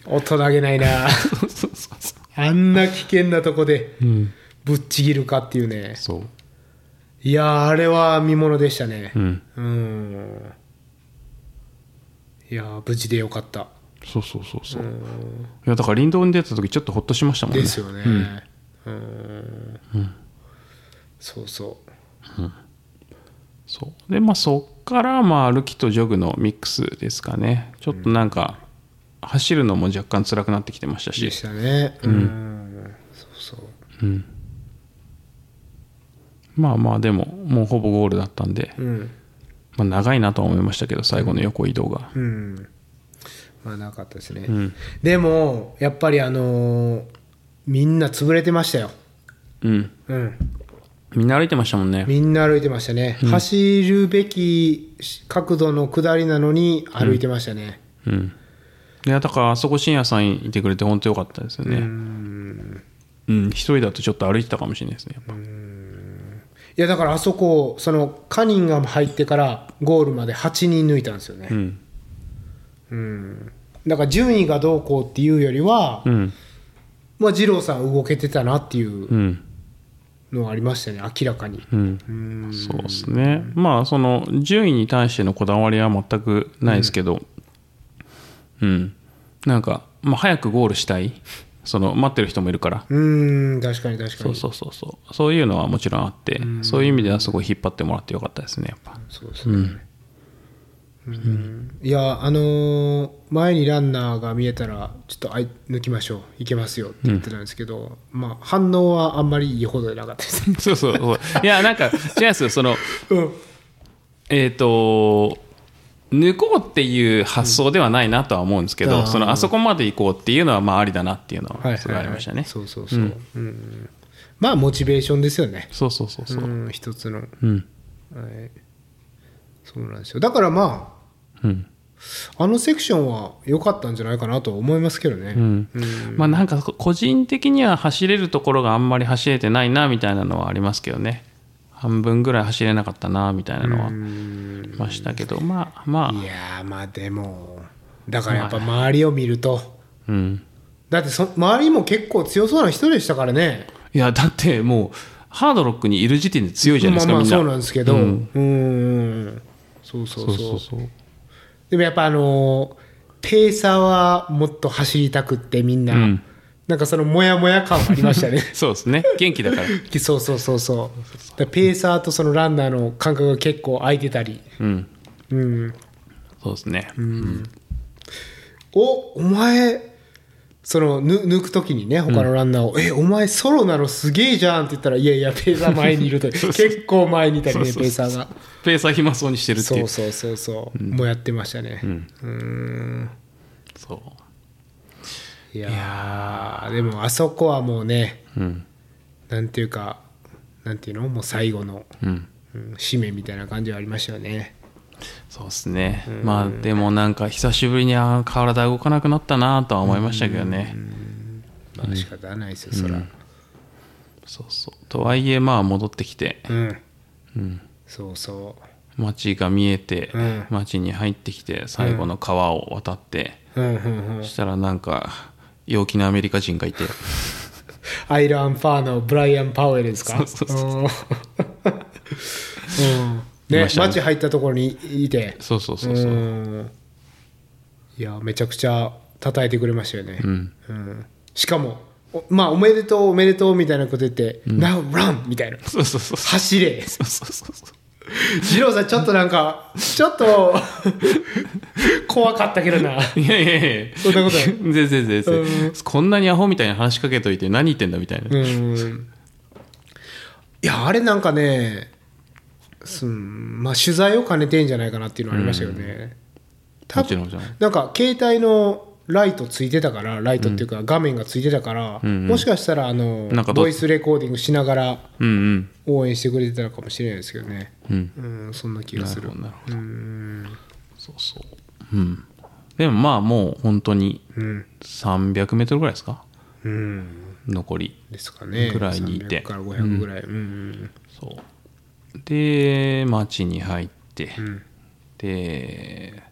S2: 大人げないな
S1: そうそうそうそ
S2: (laughs) あんな危険なとこで
S1: う、うん、
S2: ぶっちぎるかっていうね
S1: (laughs) そう
S2: いやーあれは見ものでしたね
S1: うん、
S2: うんいいやー無事でよかった
S1: そうそうそうそう、
S2: う
S1: い
S2: ん
S1: やだから林道に出た時ちょっとほっとしましたもんね
S2: ですよね
S1: うん
S2: うんそうそう
S1: そうでまあそっからまあ歩きとジョグのミックスですかねちょっとなんか、走るのも若干辛くなってきてましたし
S2: でしたねうん、そうそう
S1: うん、まあまあでももうほぼゴールだったんで、
S2: うん
S1: まあ、長いなとは思いましたけど最後の横移動が、
S2: うんまあなかったですね、
S1: うん
S2: でもやっぱりあのーみんな潰れてましたよ
S1: うん、
S2: うん
S1: みんな歩いてましたもんね
S2: みんな歩いてましたね、走るべき角度の下りなのに歩いてましたね、
S1: うんいやだからあそこ深夜さんいてくれて本当良かったですよ
S2: う
S1: ね
S2: ん
S1: うん一人だとちょっと歩いてたかもしれないですねやっぱ
S2: いやだからあそこそのカニンが入ってからゴールまで8人抜いたんですよね、
S1: うん
S2: うんだから順位がどうこうっていうよりは、
S1: うん
S2: まあ、二郎さん動けてたなっていう
S1: うん
S2: のはありましたね明らかに
S1: うん
S2: うん
S1: そうですね、まあその順位に対してのこだわりは全くないですけど、うんなんか、まあ、早くゴールしたいその待ってる人もいるから、
S2: うん確かに確か
S1: そう
S2: に
S1: そうそうそうそういうのはもちろんあって、そういう意味ではすごい引っ張ってもらってよかったですねやっぱ
S2: そうですね、うんいやあのー前にランナーが見えたらちょっとあい抜きましょういけますよって言ってたんですけど、まあ反応はあんまりいいほどなかったですね
S1: そうそうそういやなんか違うんですよその
S2: うん
S1: えっ、と抜こうっていう発想ではないなとは思うんですけど、
S2: うん
S1: そのあそこまで行こうっていうのはまあありだなっていうの
S2: はい
S1: はすごい
S2: は
S1: あ
S2: い、
S1: り
S2: は
S1: ま
S2: い、
S1: したね、
S2: そうそうそう、うんまあモチベーションですよね
S1: そうそうそうそう
S2: うん一つの、はい、
S1: うん
S2: そうなんですよだからま
S1: うん
S2: ああのセクションは良かったんじゃないかなと思いますけどね、
S1: うんまあなんか個人的には走れるところがあんまり走れてないなみたいなのはありますけどね半分ぐらい走れなかったなみたいなのはありましたけどまあま
S2: いやーまあでもだからやっぱ周りを見ると、
S1: あうん
S2: だってそ周りも結構強そうな人でしたからね
S1: いやだってもうハードロックにいる時点で強いじゃないで
S2: ま
S1: か
S2: すあまあ
S1: みんな
S2: そうなんですけどう
S1: うん
S2: んうんそうそう
S1: そ
S2: そうう
S1: そうそう
S2: でもやっぱあのーペーサーはもっと走りたくってみんな、
S1: ん
S2: なんかそのモヤモヤ感あり
S1: (laughs)
S2: ましたね
S1: そうですね元気だから
S2: そうそうそうそうだからペーサーとそのランナーの間隔が結構空いてたり
S1: うん
S2: うん
S1: そうですね
S2: おお前そのぬ抜く時にね他のランナーを「えお前ソロなのすげえじゃん」って言ったら「いやいやペーサー前にいる (laughs) と」結構前にいたりね
S1: そうそうそう
S2: ペーサーが
S1: ペーサー暇そうにしてるってい
S2: そううそうそうそう、もうやってましたねうんん
S1: そう
S2: いやーでもあそこはもうね
S1: うん
S2: なんていうかなんていうのもう最後の、
S1: うん
S2: うん、締めみたいな感じはありましたよね
S1: そうですねまあでもなんか久しぶりにあー体動かなくなったなとは思いましたけどね
S2: まあ仕方ないですよそら
S1: そうそうとはいえまあ戻ってきて
S2: うん、そうそ
S1: 街が見えて
S2: うん
S1: 街に入ってきて最後の川を渡って
S2: ううんうんうん
S1: そしたらなんか陽気なアメリカ人がいて
S2: アイラン・ファーのブライアン・パウエルですか
S1: そうそう
S2: うんうん
S1: い
S2: ね
S1: ましたね
S2: 街入ったところにいて
S1: そうそうそうそう
S2: うんいやめちゃくちゃ叩いてくれましたよね、
S1: ん
S2: うんしかもおまあおめでとうおめでとうみたいなこと言って「Now run!」みたいな
S1: そうそうそう
S2: 「走れ!
S1: そうそうそうそう」
S2: 二郎さんちょっとなんかちょっと怖かったけどない
S1: やいやいや
S2: そんなことない
S1: 全然全然全然こんなにアホみたいに話しかけといて何言ってんだみたいな、
S2: うんいやあれなんかねすんまあ、取材を兼ねてんじゃないかなっていうのはありましたよね、多
S1: もちろん
S2: 分
S1: もちろん
S2: なんか携帯のライトついてたからライトっていうか画面がついてたから、
S1: んうん
S2: もしかしたらあの
S1: なんかど
S2: ボイスレコーディングしながら
S1: うんうん
S2: 応援してくれてたのかもしれないですけどね
S1: うん
S2: うんそんな気が
S1: な
S2: す
S1: る
S2: る
S1: ほどなるほ
S2: う
S1: ど
S2: ん
S1: そうそううんでもまあもう本当に
S2: うん
S1: 3 0 0ルぐらいですか
S2: うん
S1: 残り
S2: ですかね
S1: ぐらいにいて
S2: 300から500ぐらいうん
S1: そうで町に入って、
S2: うんうん
S1: で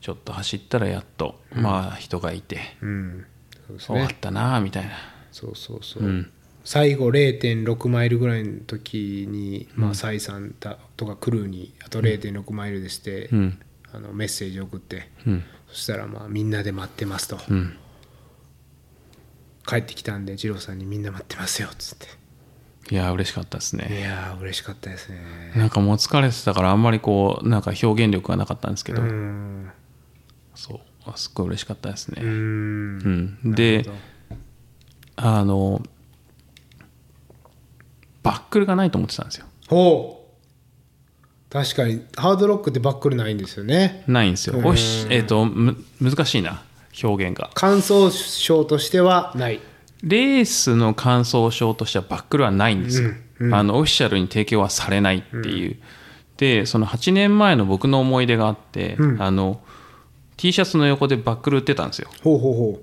S1: ちょっと走ったらやっと、まあ人がいて
S2: うんそうです
S1: 終わ
S2: ね
S1: ったなみたいな、
S2: そうそうそう、最後0.6マイルぐらいの時に、まあ、サイさんだとかクルーにあと0.6マイルでして、
S1: うん
S2: あのメッセージ送って
S1: うん
S2: そしたらまあみんなで待ってますと、
S1: うん
S2: 帰ってきたんで二郎さんにみんな待ってますよっつっ
S1: い
S2: て
S1: やー嬉しかったですね
S2: いやー嬉しかったですね
S1: なんかもう疲れてたからあんまりこうなんか表現力がなかったんですけ
S2: う
S1: ど、
S2: ん
S1: そうあすっごい嬉しかったです
S2: う
S1: ね、
S2: ん
S1: うん
S2: なる
S1: で
S2: ほど
S1: あのバックルがないと思ってたんですよ
S2: ほう確かにハードロックってバックルないんですよね
S1: ないんですよ
S2: うん
S1: おいしえっ、とむ難しいな表現が
S2: 感想賞としてはない
S1: レースの感想賞としてはバックルはないんですよ、あのオフィシャルに提供はされないっていう、でその8年前の僕の思い出があって、あの T シャツの横でバックル売ってたんですよ
S2: ほうほうほ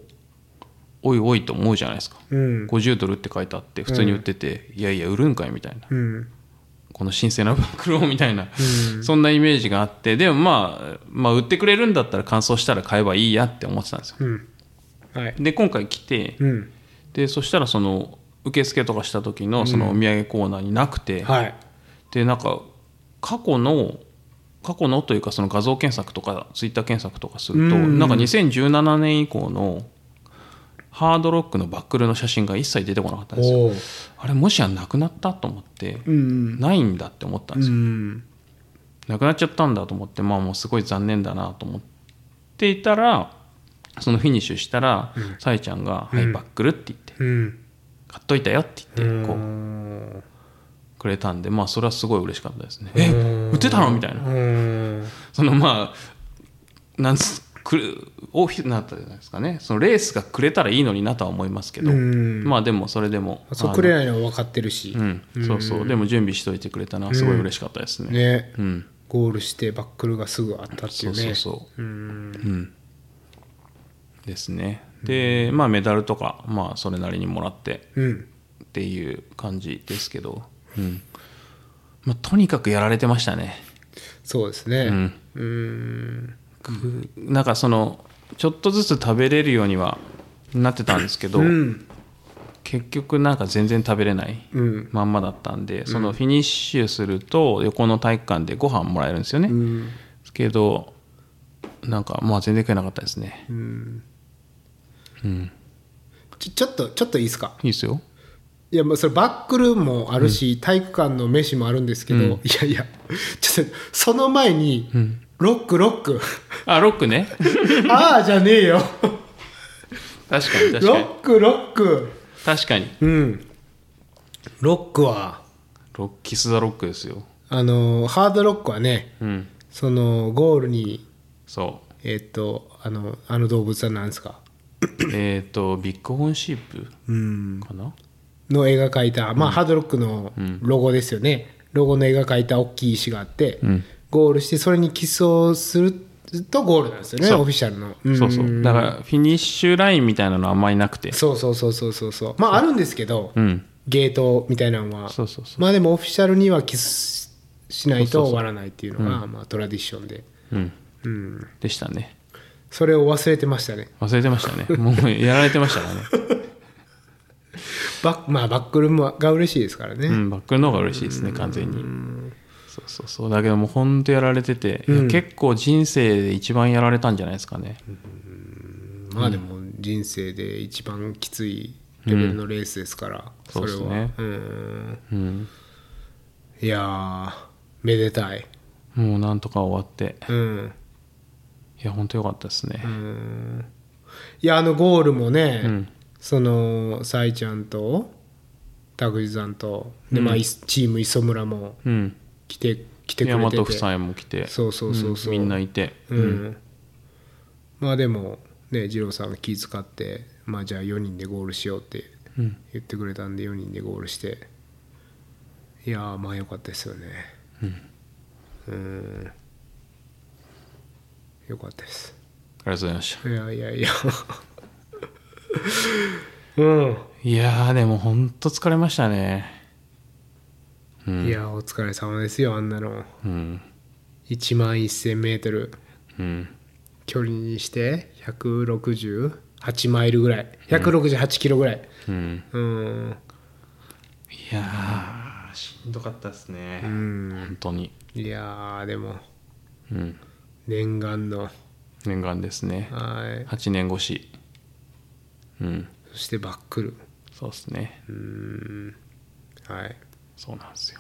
S1: おいおいと思うじゃないですか
S2: ううん
S1: 50ドルって書いてあって普通に売ってて、いやいや売るんかいみたいな
S2: うん
S1: この神聖なバックルをみたいな、そんなイメージがあってでも、まあ、まあ売ってくれるんだったら乾燥したら買えばいいやって思ってたんですよ
S2: うんはい
S1: で今回来て
S2: うん
S1: でそしたらその受付とかした時のそのお土産コーナーになくて、
S2: はい
S1: でなんか過去の過去のというかその画像検索とかツイッター検索とかすると、
S2: うん
S1: なんか2017年以降のハードロックのバックルの写真が一切出てこなかったんですよ
S2: おう
S1: あれもしやなくなったと思って、
S2: うん
S1: ないんだって思ったん
S2: う
S1: ですよ、
S2: ん
S1: なくなっちゃったんだと思ってまあもうすごい残念だなと思っていたらそのフィニッシュしたら、さえちゃんが「はいバックル」って言って
S2: うん
S1: 「買っといたよ」って言ってこう
S2: う
S1: くれたんでまあそれはすごい嬉しかったですねえ売ってたのみたいな
S2: うん
S1: (laughs) そのまあなんつくるオフィスになったじゃないですかねそのレースがくれたらいいのになとは思いますけど、
S2: うん
S1: まあでもそれでも
S2: そうくれないのは分かってるし
S1: あのうんそうそうでも準備しといてくれたのはすごい嬉しかったですね
S2: ね
S1: うん、
S2: ゴールしてバックルがすぐあったってい
S1: そうう
S2: ね
S1: そうそう
S2: うん
S1: うん、ですねでまあメダルとかまあそれなりにもらって
S2: うん
S1: っていう感じですけど、うんまあ、とにかくやられてましたね
S2: そうですね
S1: うん
S2: うん
S1: くなんかそのちょっとずつ食べれるようにはなってたんですけど、
S2: うん
S1: 結局なんか全然食べれない
S2: うん
S1: まんまだったんでそのフィニッシュすると横の体育館でご飯もらえるんですよね、
S2: うん
S1: けどなんかまあ全然食えなかったですね、
S2: ちょちょっとちょっといいですか
S1: いいですよ
S2: いやまあそれバックルもあるし、体育館の飯もあるんですけど、いやいやちょっとその前に、ロックロック (laughs)
S1: あロックね
S2: ああじゃねえよ
S1: 確かに確
S2: ロ
S1: かに
S2: ックロック
S1: 確かに
S2: うんロックは
S1: ロッキス・ザ・ロックですよ
S2: あのハードロックはね
S1: うん
S2: そのゴールに
S1: そ
S2: えっ、とあのあの動物は何ですか
S1: うえっとビッグホーンシープ
S2: うん
S1: かな
S2: の絵が描いた、まあ、ハードロックのロゴですよね、ロゴの絵が描いた大きい石があって、
S1: ん
S2: ゴールしてそれにキスをするとゴールなんですよね
S1: そう
S2: オフィシャルの、
S1: そうそ
S2: ん
S1: うだからフィニッシュラインみたいなのはあんまりなくて
S2: そうそうそうそうそうそうまああるんですけど、
S1: うん
S2: ゲートみたいなのは
S1: そうそうそ
S2: まあでもオフィシャルにはキスしないと終わらないっていうのがまあ、トラディションで、
S1: ううん
S2: うん、
S1: でしたね
S2: それを忘れてましたね
S1: 忘れてましたね (laughs) もうやられてましたからね
S2: バッ,、まあ、バックルもが嬉しいですからね、
S1: うんバックルの方が嬉しいですね完全にそうそうそうだけどもうほんとやられてて、いや結構人生で一番やられたんじゃないですかね、
S2: まあでも人生で一番きついレベルのレースですから、
S1: そうっすね
S2: それはうん
S1: うん、
S2: いやーめでたい
S1: もうなんとか終わって
S2: うん
S1: いやほんとよかったですね、
S2: うんいやあのゴールもね、
S1: うん
S2: そのサイちゃんと拓司さんとで、まあ、いチーム磯村も
S1: うん
S2: 来て来てく
S1: 大和
S2: れてて
S1: 夫妻も来て
S2: そうそうそうそう、
S1: んみんないて
S2: うん、まあでもね二郎さんが気遣ってまあじゃあ4人でゴールしようって
S1: うん
S2: 言ってくれたんで4人でゴールしていやーまあ良かったですよねうん良かったです
S1: ありがとうございました
S2: いやいやいや (laughs) うん、
S1: いやーでもほんと疲れましたねうん
S2: いやお疲れ様ですよあんなの
S1: うん
S2: 1万1000メートル
S1: うん
S2: 距離にして168マイルぐらい168キロぐらい
S1: うん
S2: うん、
S1: いやーしんどかったですね、
S2: うん
S1: 本当に
S2: いやーでも
S1: うん
S2: 念願の
S1: 念願ですね
S2: はい
S1: 8年越しうん
S2: そしてバックル
S1: そうですね
S2: うーんはい
S1: そうなんですよ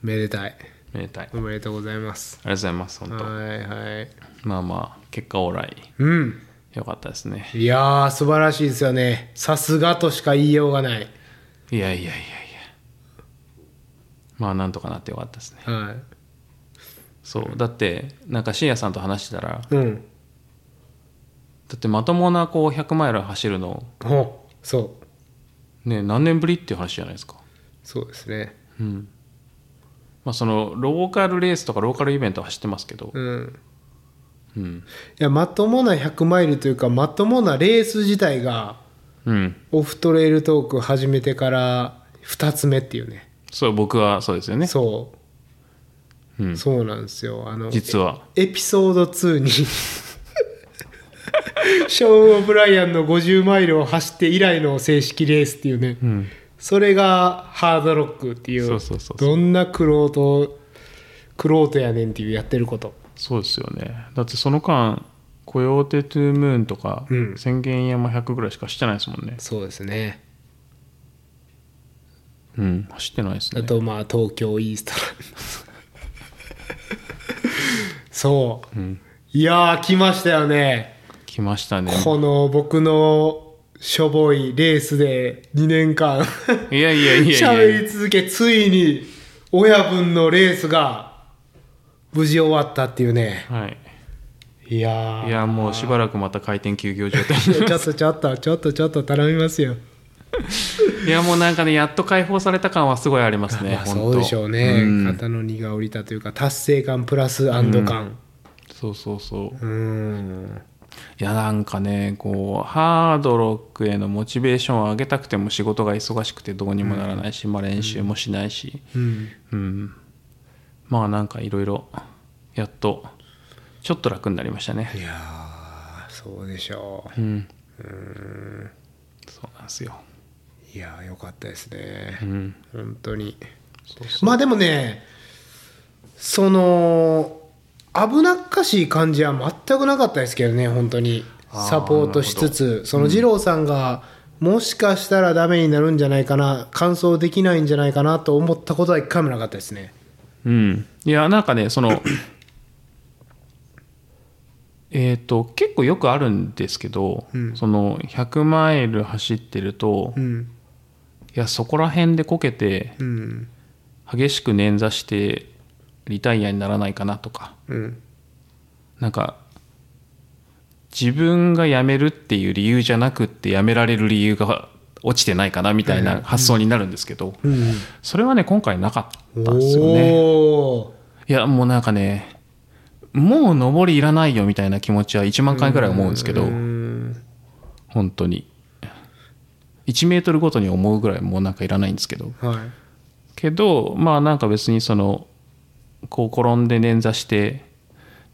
S2: めでたい
S1: めでたいあり
S2: お
S1: が
S2: めでとうございます
S1: とうございます本当
S2: はいはい
S1: まあまあ結果オーライ
S2: うん
S1: よかったですね
S2: いやー素晴らしいですよねさすがとしか言いようがない
S1: いやいやいやいやまあなんとかなってよかったですね
S2: は
S1: そうだってなんか深夜さんと話してたら
S2: いうん
S1: だってまともなこう100マイル走るの
S2: ほうそう
S1: ね何年ぶりっていう話じゃないですか
S2: そうですね
S1: うんまあそのローカルレースとかローカルイベントは走ってますけど
S2: うん
S1: うん
S2: いやまともな100マイルというかまともなレース自体が
S1: うん
S2: オフトレイルトーク始めてから2つ目っていうね
S1: そう僕はそうですよね
S2: そうう、
S1: ん
S2: そうなんですよあの
S1: 実は
S2: エピソード2に (laughs) ショーン・オブライアンの50マイルを走って以来の正式レースっていうね、
S1: うん
S2: それがハードロックっていう
S1: そうそうそうそう
S2: どんな苦労と苦労とやねんっていうやってること
S1: そうですよねだってその間コヨーテ・トゥ・ムーンとか、
S2: うん
S1: 宣言山100ぐらいしか走ってないですもんね
S2: そうですね
S1: うん走ってないです
S2: あ
S1: ね
S2: とまあ東京イーストランそう、いやー来ましたよね
S1: 来ましたね
S2: この僕のしょぼいレースで2年間
S1: いやいやいやい
S2: 喋
S1: や
S2: り続けついに親分のレースが無事終わったっていうね
S1: はい
S2: いやー
S1: いやもうしばらくまた回転休業
S2: (laughs)
S1: 状態
S2: ちょっとちょっとちょっとちょっと頼みますよ、
S1: いやもうなんかねやっと解放された感はすごいありますね
S2: まあ
S1: 本当
S2: そうでしょうね、
S1: ん
S2: 肩の荷が下りたというか達成感プラス安堵感
S1: そうそうそう
S2: うん
S1: いやなんかねこうハードロックへのモチベーションを上げたくても仕事が忙しくてどうにもならないし、まあ練習もしないし、
S2: うん
S1: うん、まあなんかいろいろやっとちょっと楽になりましたね
S2: いやーそうでしょ
S1: うんそうなんですよ
S2: ういやーよかったですね、
S1: うん
S2: 本当に
S1: そうそ
S2: まあでもねその危なっかしい感じは全くなかったですけどね本当に
S1: あー
S2: サポートしつつその二郎さんが、もしかしたらダメになるんじゃないかな完走できないんじゃないかなと思ったことは一回もなかったですね
S1: ううんいやなんかねその (coughs) えっと結構よくあるんですけど、
S2: うん
S1: その100マイル走ってると、
S2: う
S1: い
S2: ん
S1: やそこら辺でこけて
S2: うん
S1: 激しく捻挫してリタイアにならないかなとか
S2: うん
S1: なんか自分が辞めるっていう理由じゃなくって辞められる理由が落ちてないかなみたいな発想になるんですけど、
S2: うん
S1: それはね今回なかったんですよね
S2: お
S1: いやもうなんかねもう上りいらないよみたいな気持ちは1万回ぐらい思うんですけど、
S2: ーうん
S1: 本当に1メートルごとに思うぐらいもうなんかいらないんですけど
S2: はい
S1: けどまあなんか別にそのこう転んで捻挫して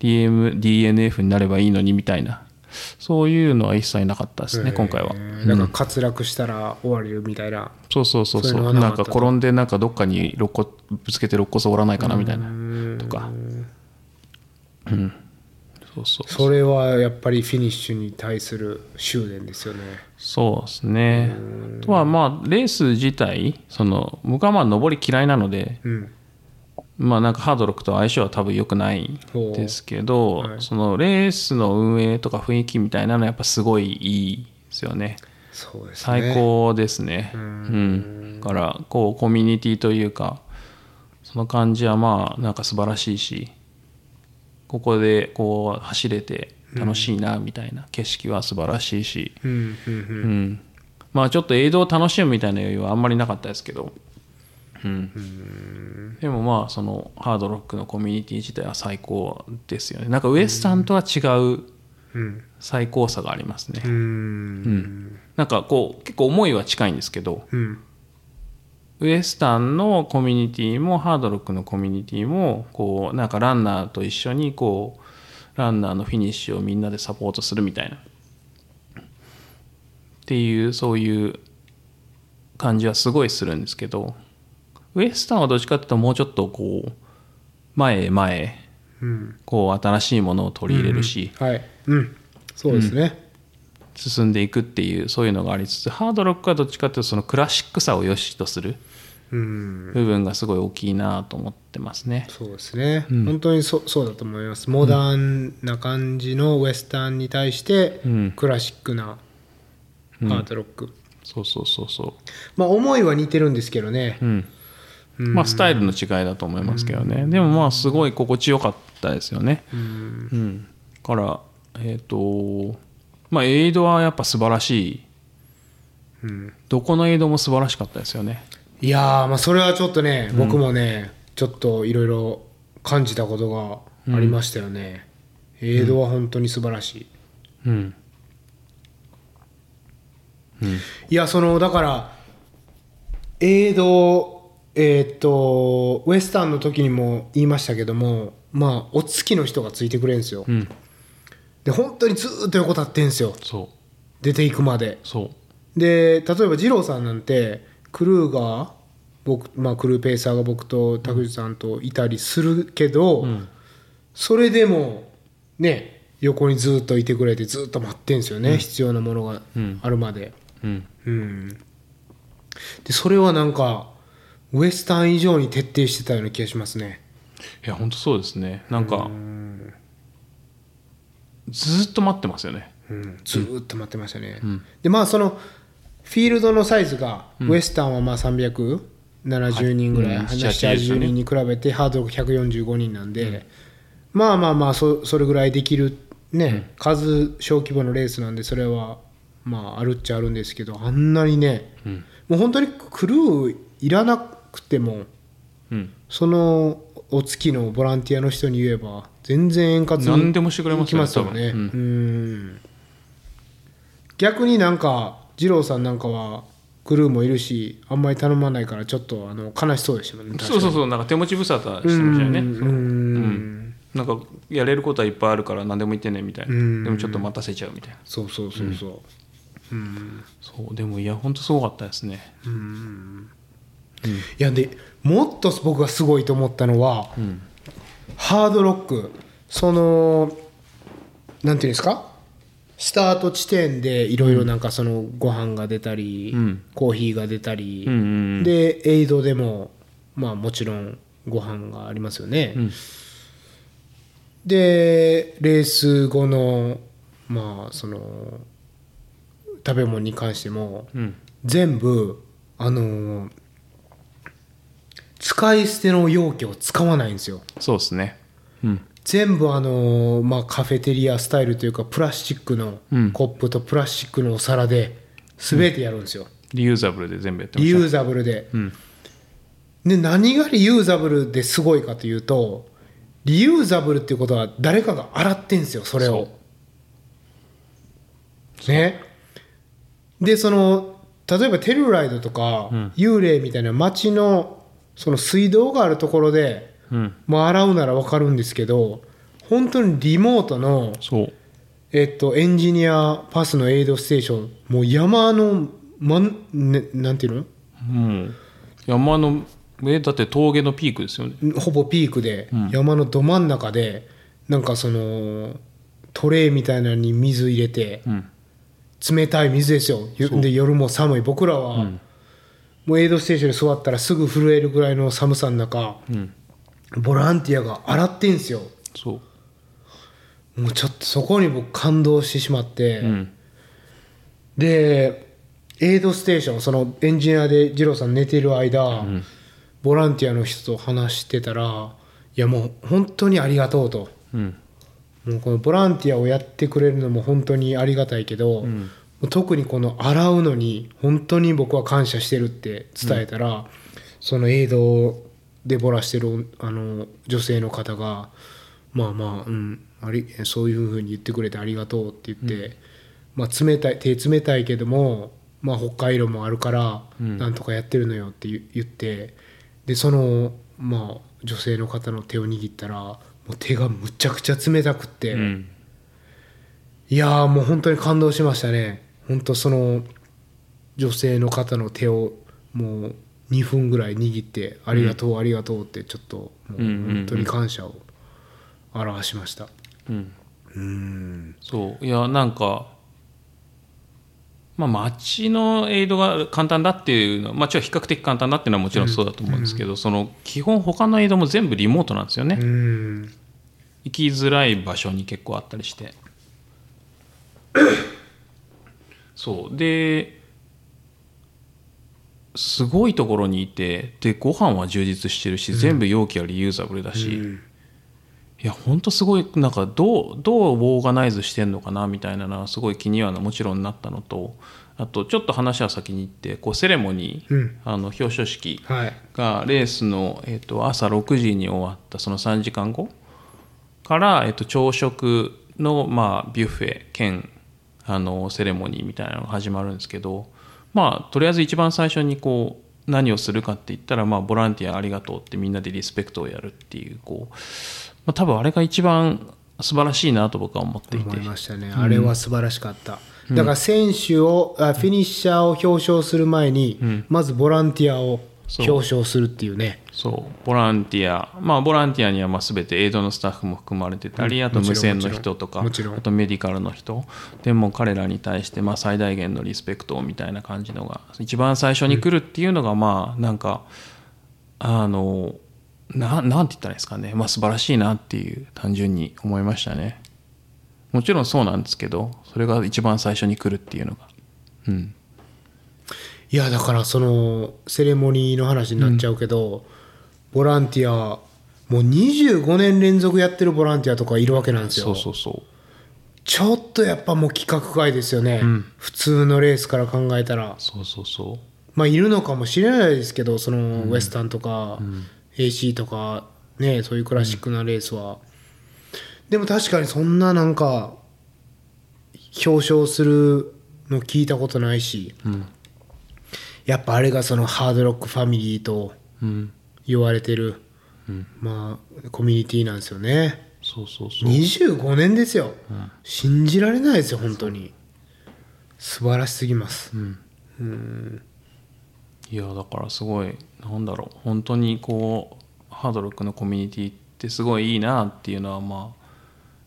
S1: DM DNF になればいいのにみたいなそういうのは一切なかったですね、今回は、
S2: えーなんか滑落したら終わるみたいな
S1: そうそうそうそう
S2: そういうのはな
S1: な
S2: かっ
S1: ん
S2: た
S1: か転んでなんかどっかに肋骨ぶつけて肋骨折らないかなみたいなとかうんそうそう
S2: それはやっぱりフィニッシュに対する執念ですよね
S1: そうですねあとはまあレース自体その僕はまあ上り嫌いなので
S2: うん
S1: まあなんかハードロックと相性は多分良くないですけど、
S2: ほうはい
S1: そのレースの運営とか雰囲気みたいなのはやっぱすごいいいですよね
S2: そうですね
S1: 最高ですねうんだからこうコミュニティというかその感じはまあなんか素晴らしいしここでこう走れて楽しいなみたいな景色は素晴らしいし、
S2: うんうんうん
S1: うん、まあちょっと映像を楽しむみたいな余裕はあんまりなかったですけど、うんでもまあそのハードロックのコミュニティ自体は最高ですよねなんかウエスタンとは違う
S2: うん
S1: 最高さがありますね、
S2: うーん
S1: なんかこう結構思いは近いんですけど
S2: うん
S1: ウエスタンのコミュニティもハードロックのコミュニティもこうなんかランナーと一緒にこうランナーのフィニッシュをみんなでサポートするみたいなっていうそういう感じはすごいするんですけどウエスタンはどっちかっていうともうちょっとこう前へ前へ
S2: ううん
S1: こう新しいものを取り入れるし、
S2: はいうんそうですね、
S1: 進んでいくっていうそういうのがありつつハードロックはどっちかっていうとそのクラシックさを良しとする
S2: うん、
S1: 部分がすごい大きいなと思ってますね。
S2: そうですね、
S1: うん
S2: 本当にそそうだと思いますモダンな感じのウエスタンに対して、
S1: うん
S2: クラシックなハードロック、
S1: そうそうそうそ
S2: まあ思いは似てるんですけどね
S1: う、うん
S2: うん
S1: まあスタイルの違いだと思いますけどね、でもまあすごい心地よかったですよね。
S2: うん
S1: うん、からえっ、とまあエイドはやっぱ素晴らしい
S2: うん
S1: どこのエイドも素晴らしかったですよね。
S2: いやー、まあ、それはちょっとね僕もね、ちょっといろいろ感じたことがありましたよね、映像は本当に素晴らしい
S1: うんうん
S2: いやそのだから映像えーっとウエスタンの時にも言いましたけどもまあお付きの人がついてくれるんですよ、
S1: うん、
S2: で本当にずーっと横立ってんですよ
S1: そ
S2: 出ていくまで
S1: うそう
S2: で例えば二郎さんなんてクルーが僕、まあ、クルーペーサーが僕と拓司さんといたりするけど、
S1: ん
S2: それでもね横にずっといてくれてずっと待ってんですよね、必要なものが
S1: うん
S2: あるまで、
S1: うん
S2: うんでそれはなんかウエスタン以上に徹底してたような気がしますね
S1: いや本当そうですねなんかずーっと待ってますよね
S2: うん、ずーっと待ってましたね、
S1: ん
S2: でまあそのフィールドのサイズが、ウエスタンはまあ370人ぐらい、
S1: はいうん
S2: 780
S1: 70
S2: 人に比べてハードロック145人なんで、まあまあまあそそれぐらいできるね、数小規模のレースなんでそれはまああるっちゃあるんですけどあんなにね、
S1: うん
S2: もう本当にクルーいらなくても
S1: うん
S2: そのお月のボランティアの人に言えば全然円滑に
S1: 何でもしてくれますよね
S2: 行きよね
S1: 多
S2: う
S1: 分
S2: ん逆になんか二郎さんなんかはクルーもいるしあんまり頼まないからちょっとあの悲しそうでしたもんね
S1: そうそううそうなんか手持ち無沙汰してましたよね
S2: ん
S1: そう
S2: う
S1: うんんなんかやれることはいっぱいあるから何でも言ってねみたい
S2: うん
S1: なでもちょっと待たせちゃうみたいな
S2: そうそうそうそううん
S1: そうでもいや本当すごかったですね
S2: うんいやでもっと僕がすごいと思ったのは、
S1: うん
S2: ハードロックそのなんていうんですかスタート地点でいろいろなんかそのご飯が出たり、
S1: うん
S2: コーヒーが出たり、
S1: うんうんうん
S2: でエイドでもまあもちろんご飯がありますよね、
S1: うん
S2: でレース後のまあその食べ物に関しても
S1: うん
S2: 全部あの使い捨ての容器を使わないんですよ
S1: そうですねうん
S2: 全部あのーまあ、カフェテリアスタイルというかプラスチックの
S1: うん
S2: コップとプラスチックのお皿で全てやるんですよ、
S1: リユーザブルで全部やってま
S2: リ
S1: し
S2: ユ
S1: た
S2: ーザブルで
S1: うん
S2: で何がリユーザブルですごいかというとリユーザブルっていうことは誰かが洗ってんですよそれをねでその例えばテルライドとか、
S1: ん
S2: 幽霊みたいな街のその水道があるところで、
S1: うん
S2: まあ、洗うなら分かるんですけど本当にリモートの
S1: そう
S2: えっと、エンジニアパスのエイドステーション、もう山の、まんね、なんていう
S1: もう山のえだって峠のピークですよね
S2: のほぼピークで、
S1: うん
S2: 山のど真ん中で、なんかその、トレイみたいなのに水入れて、
S1: うん
S2: 冷たい水ですよ、よ
S1: そう
S2: で夜も寒い、僕らは、
S1: うん
S2: もうエイドステーションに座ったらすぐ震えるぐらいの寒さの中、
S1: うん
S2: ボランティアが洗ってんすよ、
S1: そ
S2: もうちょっとそこに僕、感動してしまって。
S1: ううん
S2: でエイドステーションそのエンジニアで二郎さん寝てる間、ボランティアの人と話してたらいやもう本当にありがとうと
S1: うん
S2: もうこのボランティアをやってくれるのも本当にありがたいけど、もう特にこの洗うのに本当に僕は感謝してるって伝えたら、そのエイドでボラしてるあの女性の方がまあまあ、うん、ありそういうふうに言ってくれてありがとうって言って、まあ、冷たい手冷たいけども、まあ、北海道もあるから
S1: うん
S2: なんとかやってるのよって言言ってでその、まあ、女性の方の手を握ったらもう手がむちゃくちゃ冷たくって。
S1: うん
S2: いやーもう本当に感動しましたね本当その女性の方の手をもう2分ぐらい握って「ありがとう、ありがとう」ってちょっとも
S1: う
S2: う
S1: んうんうん
S2: 本当に感謝を表しました
S1: うん、
S2: うん
S1: そういやなんかまあ街のエイドが簡単だっていうのは街は比較的簡単だっていうのはもちろんそうだと思うんですけど、その基本他のエイドも全部リモートなんですよね、
S2: うん
S1: 行きづらい場所に結構あったりして
S2: (coughs)
S1: そうですごいところにいてでご飯は充実してるし、全部容器はリユーザブルだし、いやほんとすごいなんかどうどうオーガナイズしてんのかなみたいなのはすごい気にはなもちろんなったのとあとちょっと話は先に行ってこうセレモニー、
S2: うん
S1: あの表彰式、
S2: はい
S1: がレースの、えっと朝6時に終わったその3時間後から、えっと朝食の、まあ、ビュッフェ兼あのセレモニーみたいなのが始まるんですけど、まあ、とりあえず一番最初にこう何をするかって言ったら、まあ、ボランティアありがとうってみんなでリスペクトをやるっていうこう、まあ、多分あれが一番素晴らしいなと僕は思ってい
S2: 思
S1: て
S2: い。ましたね、あれは素晴らしかった、だから選手をあフィニッシャーを表彰する前に、まずボランティアを
S1: そう
S2: 表彰するっていうね
S1: そうボランティアまあボランティアにはまあ全てエイドのスタッフも含まれてたり、
S2: うん
S1: あと
S2: もちろん
S1: 無線の人とか
S2: もちろん
S1: あとメディカルの人でも彼らに対してまあ最大限のリスペクトみたいな感じのが一番最初に来るっていうのがまあなんか、あのななんて言ったらいいですかね、まあ、素晴らしいなっていう単純に思いましたねもちろんそうなんですけどそれが一番最初に来るっていうのがうん
S2: いやだからそのセレモニーの話になっちゃうけど、ボランティアもう25年連続やってるボランティアとかいるわけなんですよ
S1: そうそうそう
S2: ちょっとやっぱもう規格外ですよね、普通のレースから考えたら
S1: そうそうそう
S2: まあいるのかもしれないですけどそのウエスタンとか AC とかねそういうクラシックなレースは、でも確かにそんななんか表彰するの聞いたことないし、やっぱあれがそのハードロックファミリーと
S1: うん
S2: 言われてる、まあコミュニティなんですよね
S1: そうそうそう
S2: 25年ですよ、信じられないですよ本当に素晴らしすぎます、
S1: いやだからすごいなんだろう本当にこうハードロックのコミュニティってすごいいいなっていうのはまあ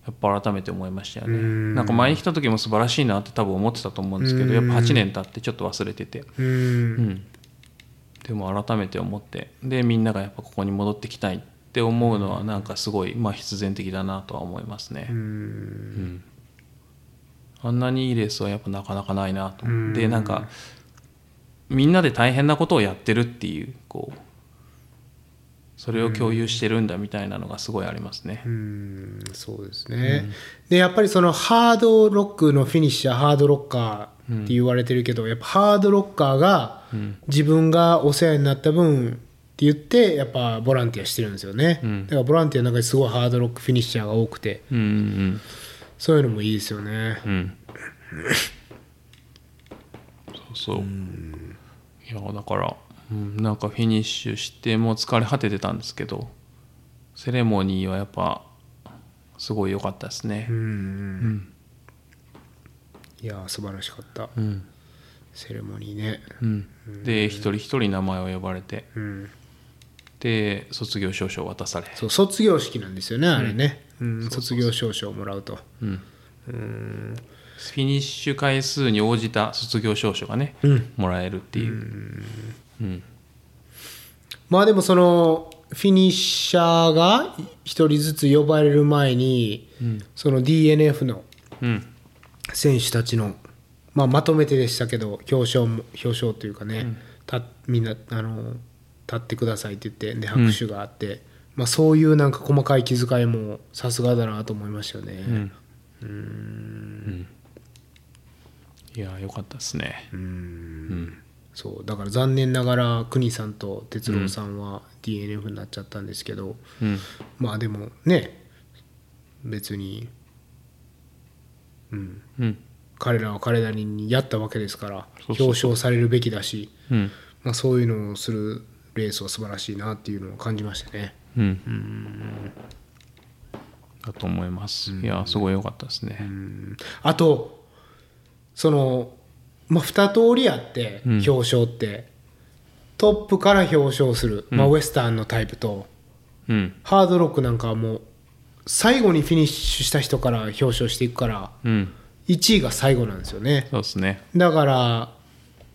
S1: やっぱ改めて思いましたよね
S2: ん
S1: なんか前に来た時も素晴らしいなって多分思ってたと思うんですけどやっぱ8年経ってちょっと忘れてて
S2: うん
S1: うんでも改めて思ってでみんながやっぱここに戻ってきたいって思うのはなんかすごいまあ必然的だなとは思いますねうんあんなにいいレースはやっぱなかなかないなと思ってなんかみんなで大変なことをやってるっていうこうそれを共有してるんだみたいなのがすごいありますね
S2: うーんそうですね、でやっぱりそのハードロックのフィニッシャーハードロッカーって言われてるけど、やっぱハードロッカーが自分がお世話になった分って言ってやっぱボランティアしてるんですよね、だからボランティアの中にすごいハードロックフィニッシャーが多くて
S1: うんうん
S2: そういうのもいいですよね、
S1: うんうんそうそういやだから、うん、なんかフィニッシュしてもう疲れ果ててたんですけどセレモニーはやっぱすごい良かったですね、
S2: うんいやー素晴らしかった、
S1: うん
S2: セレモニーね
S1: うんで一人一人名前を呼ばれて
S2: うん
S1: で卒業証書を渡され
S2: そう卒業式なんですよねあれね、うん卒業証書をもらうと
S1: フィニッシュ回数に応じた卒業証書がね、もらえるっていう、
S2: まあでもそのフィニッシャーが1人ずつ呼ばれる前に、その DNF の
S1: うん
S2: 選手たちの、まあ、まとめてでしたけど表彰も表彰というかね、たみんなあの立ってくださいって言ってで拍手があって、まあ、そういうなんか細かい気遣いもさすがだなと思いましたよね。
S1: うんいや良かったですね、
S2: そうだから残念ながら国さんと哲郎さんは DNF になっちゃったんですけど、
S1: うん
S2: まあでもね別に、うん、
S1: うん
S2: 彼らは彼らにやったわけですから
S1: そうそうそう
S2: 表彰されるべきだし、
S1: うん
S2: まあ、そういうのをするレースは素晴らしいなっていうのを感じましたね。
S1: うん、だと思います、いやすごい良かったですね、
S2: あとその、まあ、2通りあって
S1: うん
S2: 表彰って、トップから表彰する、まあ、ウエスタンのタイプと、
S1: うん
S2: ハードロックなんかはもう最後にフィニッシュした人から表彰していくから
S1: うん
S2: 1位が最後なんですよね
S1: そうですね
S2: だから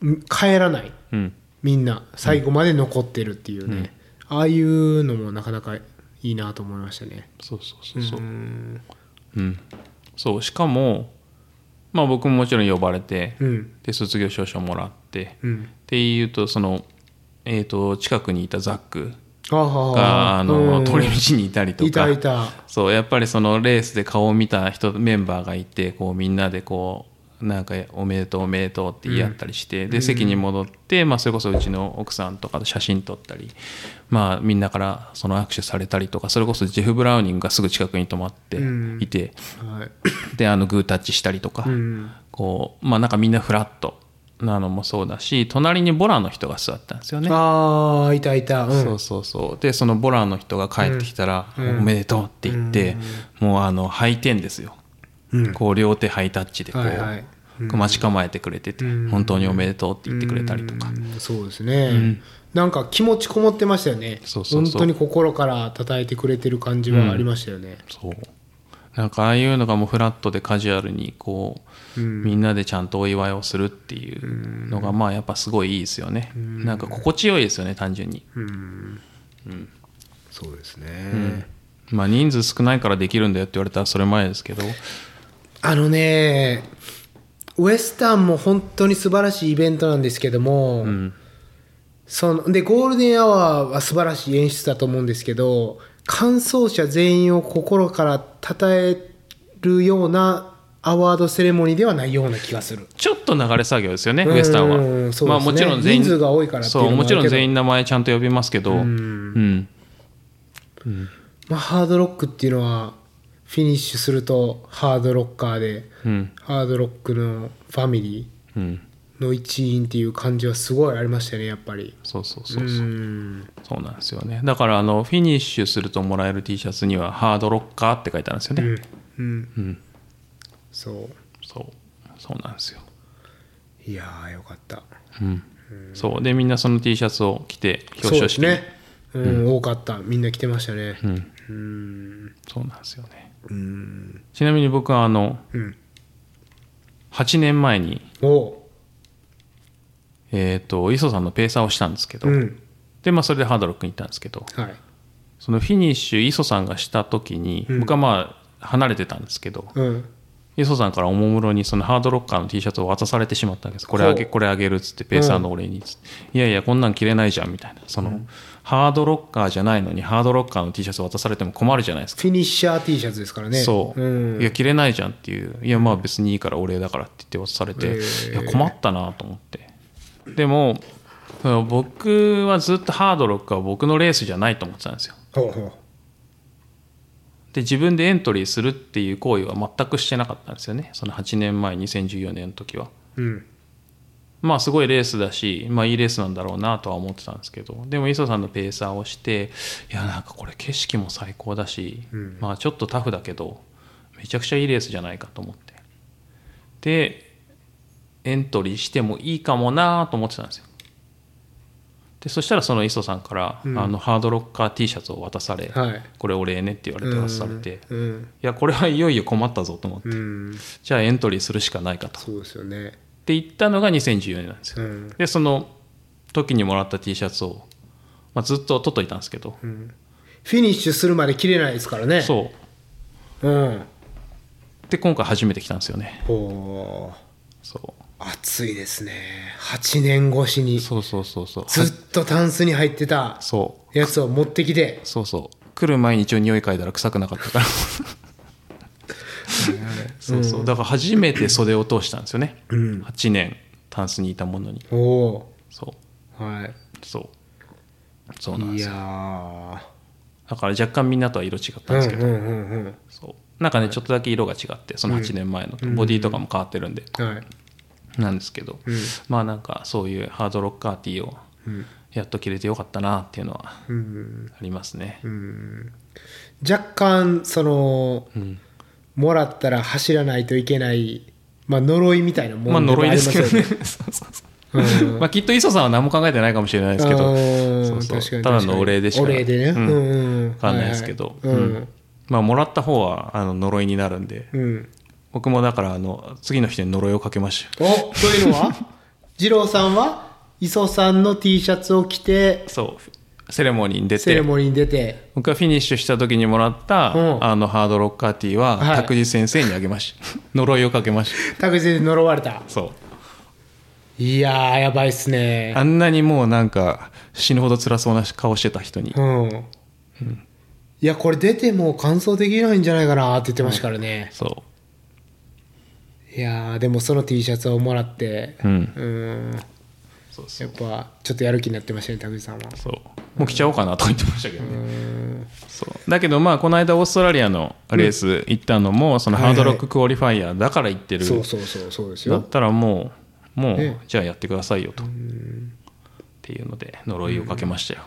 S2: ん帰らない
S1: うん
S2: みんな最後まで残ってるっていうね、ああいうのもなかなかいいなと思いましたね
S1: そうそうそうそうう
S2: ん
S1: うんそうしかもまあ僕ももちろん呼ばれて
S2: うん
S1: で卒業証書もらって
S2: うん
S1: っていうとそのえっ、と近くにいたザック
S2: ああ
S1: があ
S2: う
S1: の
S2: ん
S1: 通り道にいたりとか
S2: いたいた
S1: そうやっぱりそのレースで顔を見た人メンバーがいてこうみんなでこうなんかおめでとうおめでとうって言い合ったりして、で席に戻って、まあ、それこそうちの奥さんとかと写真撮ったり、まあ、みんなからその握手されたりとかそれこそジェフ・ブラウニングがすぐ近くに泊まっていて、
S2: はい
S1: であのグータッチしたりとか、
S2: うん
S1: こうまあなんかみんなフラットなのもそうだし隣にボラの人が座ったんですよね。
S2: ああいたいたうん
S1: そうそうそうでそのボラーの人が帰ってきたら「おめでとう」って言って、もうあのハイテンですよ、
S2: うん
S1: こう両手ハイタッチでこう、
S2: はいはいうん
S1: こう待ち構えてくれてて、
S2: ん
S1: 本当におめでとうって言ってくれたりとか、
S2: うんそうですね、
S1: ん
S2: なんか気持ちこもってましたよね
S1: そうそうそう
S2: 本当に心から叩いてくれてる感じはありましたよね、
S1: そうなんかああいうのがもうフラットでカジュアルにこう、みんなでちゃんとお祝いをするっていうのがまあやっぱすごいいいですよね、なんか心地よいですよね単純に、
S2: そうですね、
S1: まあ人数少ないからできるんだよって言われたらそれ前ですけど
S2: あのねウエスタンも本当に素晴らしいイベントなんですけども、
S1: うん
S2: そのでゴールデンアワーは素晴らしい演出だと思うんですけど完走者全員を心から称えるようなアワードセレモニーではないような気がする
S1: ちょっと流れ作業ですよね、ウエスタンは。
S2: うんそうですね
S1: まあもちろん全員
S2: 人数が多いからっていう
S1: そ
S2: の
S1: う、
S2: もあ
S1: もち
S2: るけど
S1: ろん全員名前ちゃんと呼びますけど、うん、
S2: まあ、ハードロックっていうのはフィニッシュするとハードロッカーで、
S1: うん、
S2: ハードロックのファミリ
S1: うん、
S2: ーの一員っていう感じはすごいありましたねやっぱり
S1: そうそうそう
S2: う
S1: そう、
S2: ん
S1: そうなんですよね。だからあのフィニッシュするともらえる T シャツにはハードロッカーって書いてあるんですよね。
S2: うんうん
S1: うん、
S2: そ
S1: そう、そうなんですよ。
S2: ういやーよかった
S1: うん、そうでみんなその T シャツを着て表彰式に
S2: そうですね、うん多かったみんな来てましたね
S1: うん、
S2: うん
S1: そうなんですよね。
S2: うん
S1: ちなみに僕はあの
S2: うん
S1: 8年前に
S2: おう
S1: えっ、と磯さんのペーサーをしたんですけど、
S2: うん
S1: でまあそれでハードロックに行ったんですけど。
S2: はい
S1: そのフィニッシュ磯さんがした時に、
S2: うん
S1: 僕はまあ離れてたんですけど
S2: うん
S1: 磯さんからおもむろにそのハードロッカーの T シャツを渡されてしまったんですこれあげ
S2: ほう
S1: これあげるっつってペーサーの俺にっつって、いやいやこんなん着れないじゃんみたいなその、ハードロッカーじゃないのにハードロッカーの T シャツ渡されても困るじゃないですか、
S2: フィニッシャー T シャツですからね
S1: そう、
S2: うん
S1: いや着れないじゃんっていういやまあ別にいいからお礼だからって言って渡されて、
S2: へー
S1: いや困ったなと思ってでもその僕はずっとハードロックは僕のレースじゃないと思ってたんですよ
S2: ほうほ
S1: で自分でエントリーするっていう行為は全くしてなかったんですよねその8年前2014年の時は
S2: ううん
S1: まあすごいレースだし、まあ、いいレースなんだろうなとは思ってたんですけどでも磯さんのペーサーをしていやなんかこれ景色も最高だし、まあちょっとタフだけどめちゃくちゃいいレースじゃないかと思ってでエントリーしてもいいかもなと思ってたんですよでそしたらその磯さんから、あのハードロッカー T シャツを渡され、
S2: はい
S1: これお礼ねって言われて渡されて、
S2: うん
S1: いやこれはいよいよ困ったぞと思って、
S2: うん
S1: じゃあエントリーするしかないかとっ
S2: そうですよね
S1: て言ったのが2014年なんです
S2: う
S1: よ、
S2: ん
S1: でその時にもらった T シャツを、まあ、ずっと取っといたんですけど、
S2: フィニッシュするまで切れないですからね
S1: そう
S2: うん
S1: うで今回初めて来たんですよね
S2: ほう
S1: そ
S2: 暑いですね8年越しに
S1: うそうそうそう (laughs) そう
S2: ずっとタンスに入ってた
S1: そう
S2: やつを持ってきて
S1: そうそう来る前に一応匂い嗅いだら臭くなかったからそうそうだから初めて袖を通したんですよね、8年タンスにいたものに
S2: おお
S1: そう
S2: ーはい
S1: そうそうなん
S2: い
S1: ですよ
S2: やー
S1: だから若干みんなとは色違った
S2: うん
S1: ですけど、
S2: んうんうん
S1: そうなんかねちょっとだけ色が違ってその8年前のとボディとかも変わってるんで、
S2: うんはい
S1: なんですけど、まあなんかそういうハードロッカーティーをやっと着れてよかったなっていうのは
S2: うん
S1: ありますね、
S2: 若干その、もらったら走らないといけない、まあ、呪いみたいなも
S1: まあ
S2: んでも
S1: 呪い
S2: あり
S1: で
S2: ますす
S1: け
S2: よ
S1: ど
S2: ね。
S1: (laughs) ねそうそうそうまあきっと磯さんは何も考えてないかもしれないですけど
S2: あー
S1: そうそう
S2: 確かに
S1: ただのお礼でしか
S2: お礼でね、
S1: うん
S2: うんうん
S1: わかんないですけど
S2: はは
S1: う
S2: うんん
S1: まあもらった方はあの呪いになるんで
S2: うん。
S1: 僕もだからあの次の人に呪いをかけましたよ
S2: おというのは (laughs) 二郎さんは磯さんの T シャツを着て
S1: そうセレモニーに出
S2: セレ
S1: て
S2: モニーに出て
S1: 僕がフィニッシュした時にもらった、
S2: うん
S1: あのハードロッカーティーは、
S2: はい
S1: 拓司先生にあげました
S2: (laughs)
S1: 呪いをかけまし
S2: 卓司で呪われた
S1: たそう
S2: いやーやばいっすね
S1: あんなにもうなんか死ぬほど辛そうな顔してた人に
S2: うん、いやこれ出てもう完走できないんじゃないかなって言ってましたからね、
S1: そ
S2: いやーでもその T シャツをもらって
S1: ううん
S2: うん
S1: そうそ
S2: や
S1: う
S2: っぱちょっとやる気になってましたね拓司さんは
S1: そうもう来ちゃおうかなと言ってましたけどね、そうだけどまあこの間オーストラリアのレース行ったのも、その
S2: はい
S1: ハ
S2: はい
S1: ードロッククオリファイアだから行ってる、
S2: そうそうそうそうです
S1: だ
S2: よ
S1: ったらもうもう、
S2: ね
S1: じゃあやってくださいよと、っていうので呪いをかけましたよ、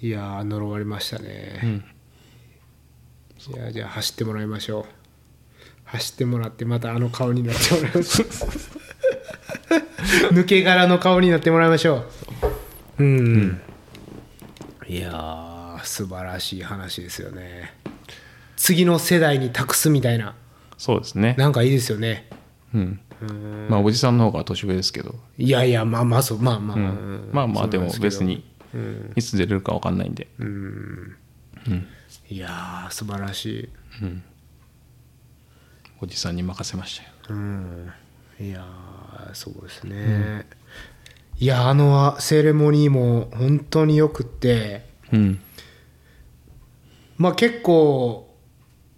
S2: いやー呪われましたね、
S1: ん
S2: いやーじゃあ走ってもらいましょう走ってもらってまたあの顔になって (laughs) もらいます抜け殻の顔になってもらいましょううん、いやー素晴らしい話ですよね次の世代に託すみたいな
S1: そうですね
S2: なんかいいですよね
S1: うんまあおじさんの方が年上ですけど、
S2: いやいやまあまあそうまあまあ、うん
S1: まあまあでも
S2: そうなん
S1: 別
S2: すけど
S1: にいつ出れるか分かんないんで、
S2: いやー素晴らしい
S1: おじさんに任せましたよ
S2: うんいやーそうですね、いやあのセレモニーも本当によくって
S1: うん
S2: まあ結構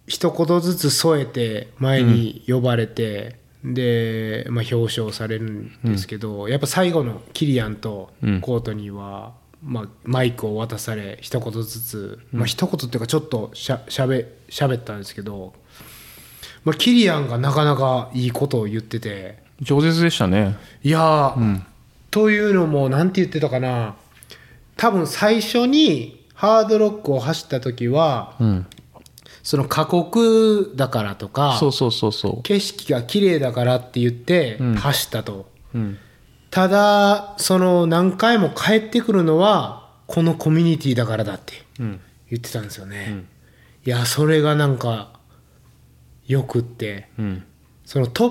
S2: 一言ずつ添えて前に呼ばれて、で、まあ、表彰されるんですけど、やっぱ最後のキリアンと
S1: うん
S2: コートニーは、まあ、マイクを渡され一言ずつ、まあ一言っていうかちょっとしゃしゃべしゃべったんですけど、まあ、キリアンがなかなかいいことを言ってて。
S1: 饒舌でしたね
S2: いやー、
S1: ん
S2: というのも何て言ってたかな多分最初にハードロックを走った時は
S1: うん
S2: その過酷だからとか
S1: そうそうそうそ
S2: 景色が綺麗だからって言って
S1: うん
S2: 走ったと、
S1: ううん
S2: ただその何回も帰ってくるのはこのコミュニティだからだって
S1: うん
S2: 言ってたんですよね、いやそれがなんかよくって
S1: うん
S2: そのトッ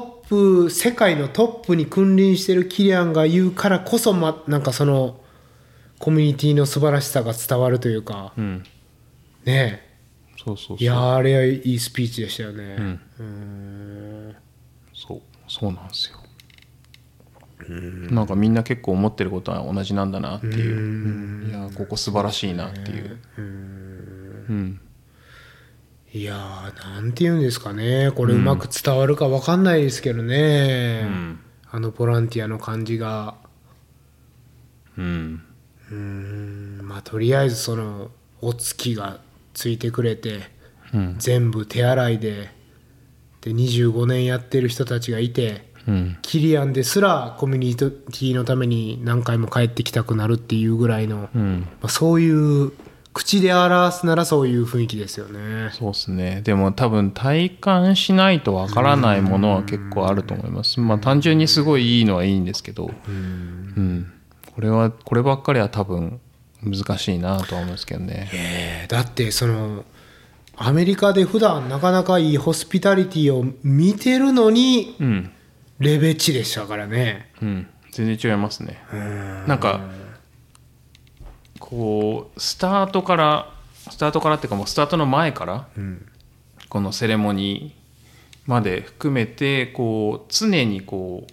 S2: プ世界のトップに君臨してるキリアンが言うからこそ、ま、なんかそのコミュニティの素晴らしさが伝わるというか、
S1: うん
S2: ね
S1: そうそうそう
S2: えいやーあれはいいスピーチでしたよね
S1: ん
S2: うんん
S1: そうそうなんですよなんかみんな結構思ってることは同じなんだなっていううんいやーここ素晴らしいなっていううん
S2: いやーなんて言うんですかねこれうまく伝わるか分かんないですけどね、
S1: うん
S2: あのボランティアの感じが
S1: うん
S2: うんまあとりあえずそのお月がついてくれて
S1: うん
S2: 全部手洗いでで25年やってる人たちがいて
S1: うん
S2: キリアンですらコミュニティのために何回も帰ってきたくなるっていうぐらいの、
S1: う
S2: ま
S1: ん
S2: あ、そういう口で表すならそういう雰囲気ですよね。
S1: そうですねでも多分体感しないとわからないものは結構あると思いますまあ単純にすごいいいのはいいんですけどうんこれはこればっかりは多分難しいなとは思うんですけどね
S2: えーだってそのアメリカで普段なかなかいいホスピタリティを見てるのに
S1: うん
S2: レベチでしたからね。
S1: うん全然違いますねなんかこうスタートからスタートからっていうかもうスタートの前から
S2: うん
S1: このセレモニーまで含めてこう常にこ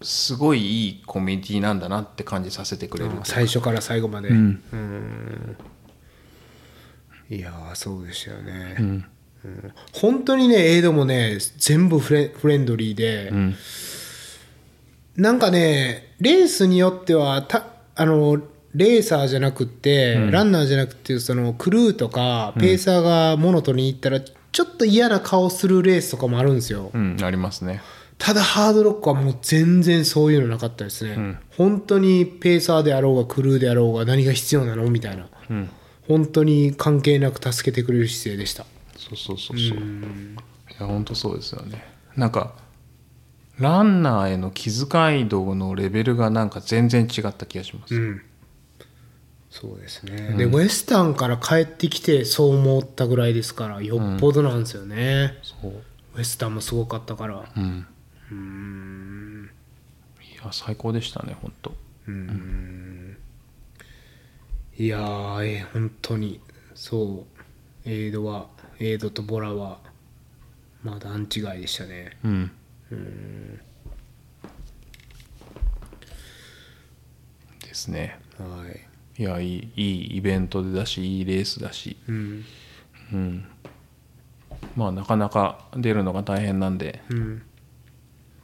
S1: うすごいいいコミュニティなんだなって感じさせてくれる
S2: あー最初から最後まで、
S1: うん
S2: うんいやーそうでしたよね、
S1: うん
S2: 本当にねエイドもね全部フレフレンドリーで、
S1: うん
S2: なんかねレースによってはたあのレーサーじゃなくって、ランナーじゃなくてそのクルーとかペーサーが物取りに行ったら、ちょっと嫌な顔するレースとかもあるんですよ、
S1: うんありますね
S2: ただハードロックはもう全然そういうのなかったですね、
S1: ん
S2: 本当にペーサーであろうがクルーであろうが何が必要なのみたいな、
S1: うん
S2: 本当に関係なく助けてくれる姿勢でした
S1: そうそうそうそういや本当そうですよねなんかランナーへの気遣い度のレベルがなんか全然違った気がします、
S2: うんそうですね、でウエスタンから帰ってきてそう思ったぐらいですからよっぽどなんですよね、
S1: そう
S2: ウエスタンもすごかったから
S1: うん
S2: うーん
S1: いや最高でしたね本当
S2: うーんいやー、えー本当にそうエイドはエイドとボラはまあ段違いでしたね
S1: うんですね
S2: はい
S1: いやいいいいイベントだしいいレースだし
S2: うん
S1: うんまあなかなか出るのが大変なんで
S2: うん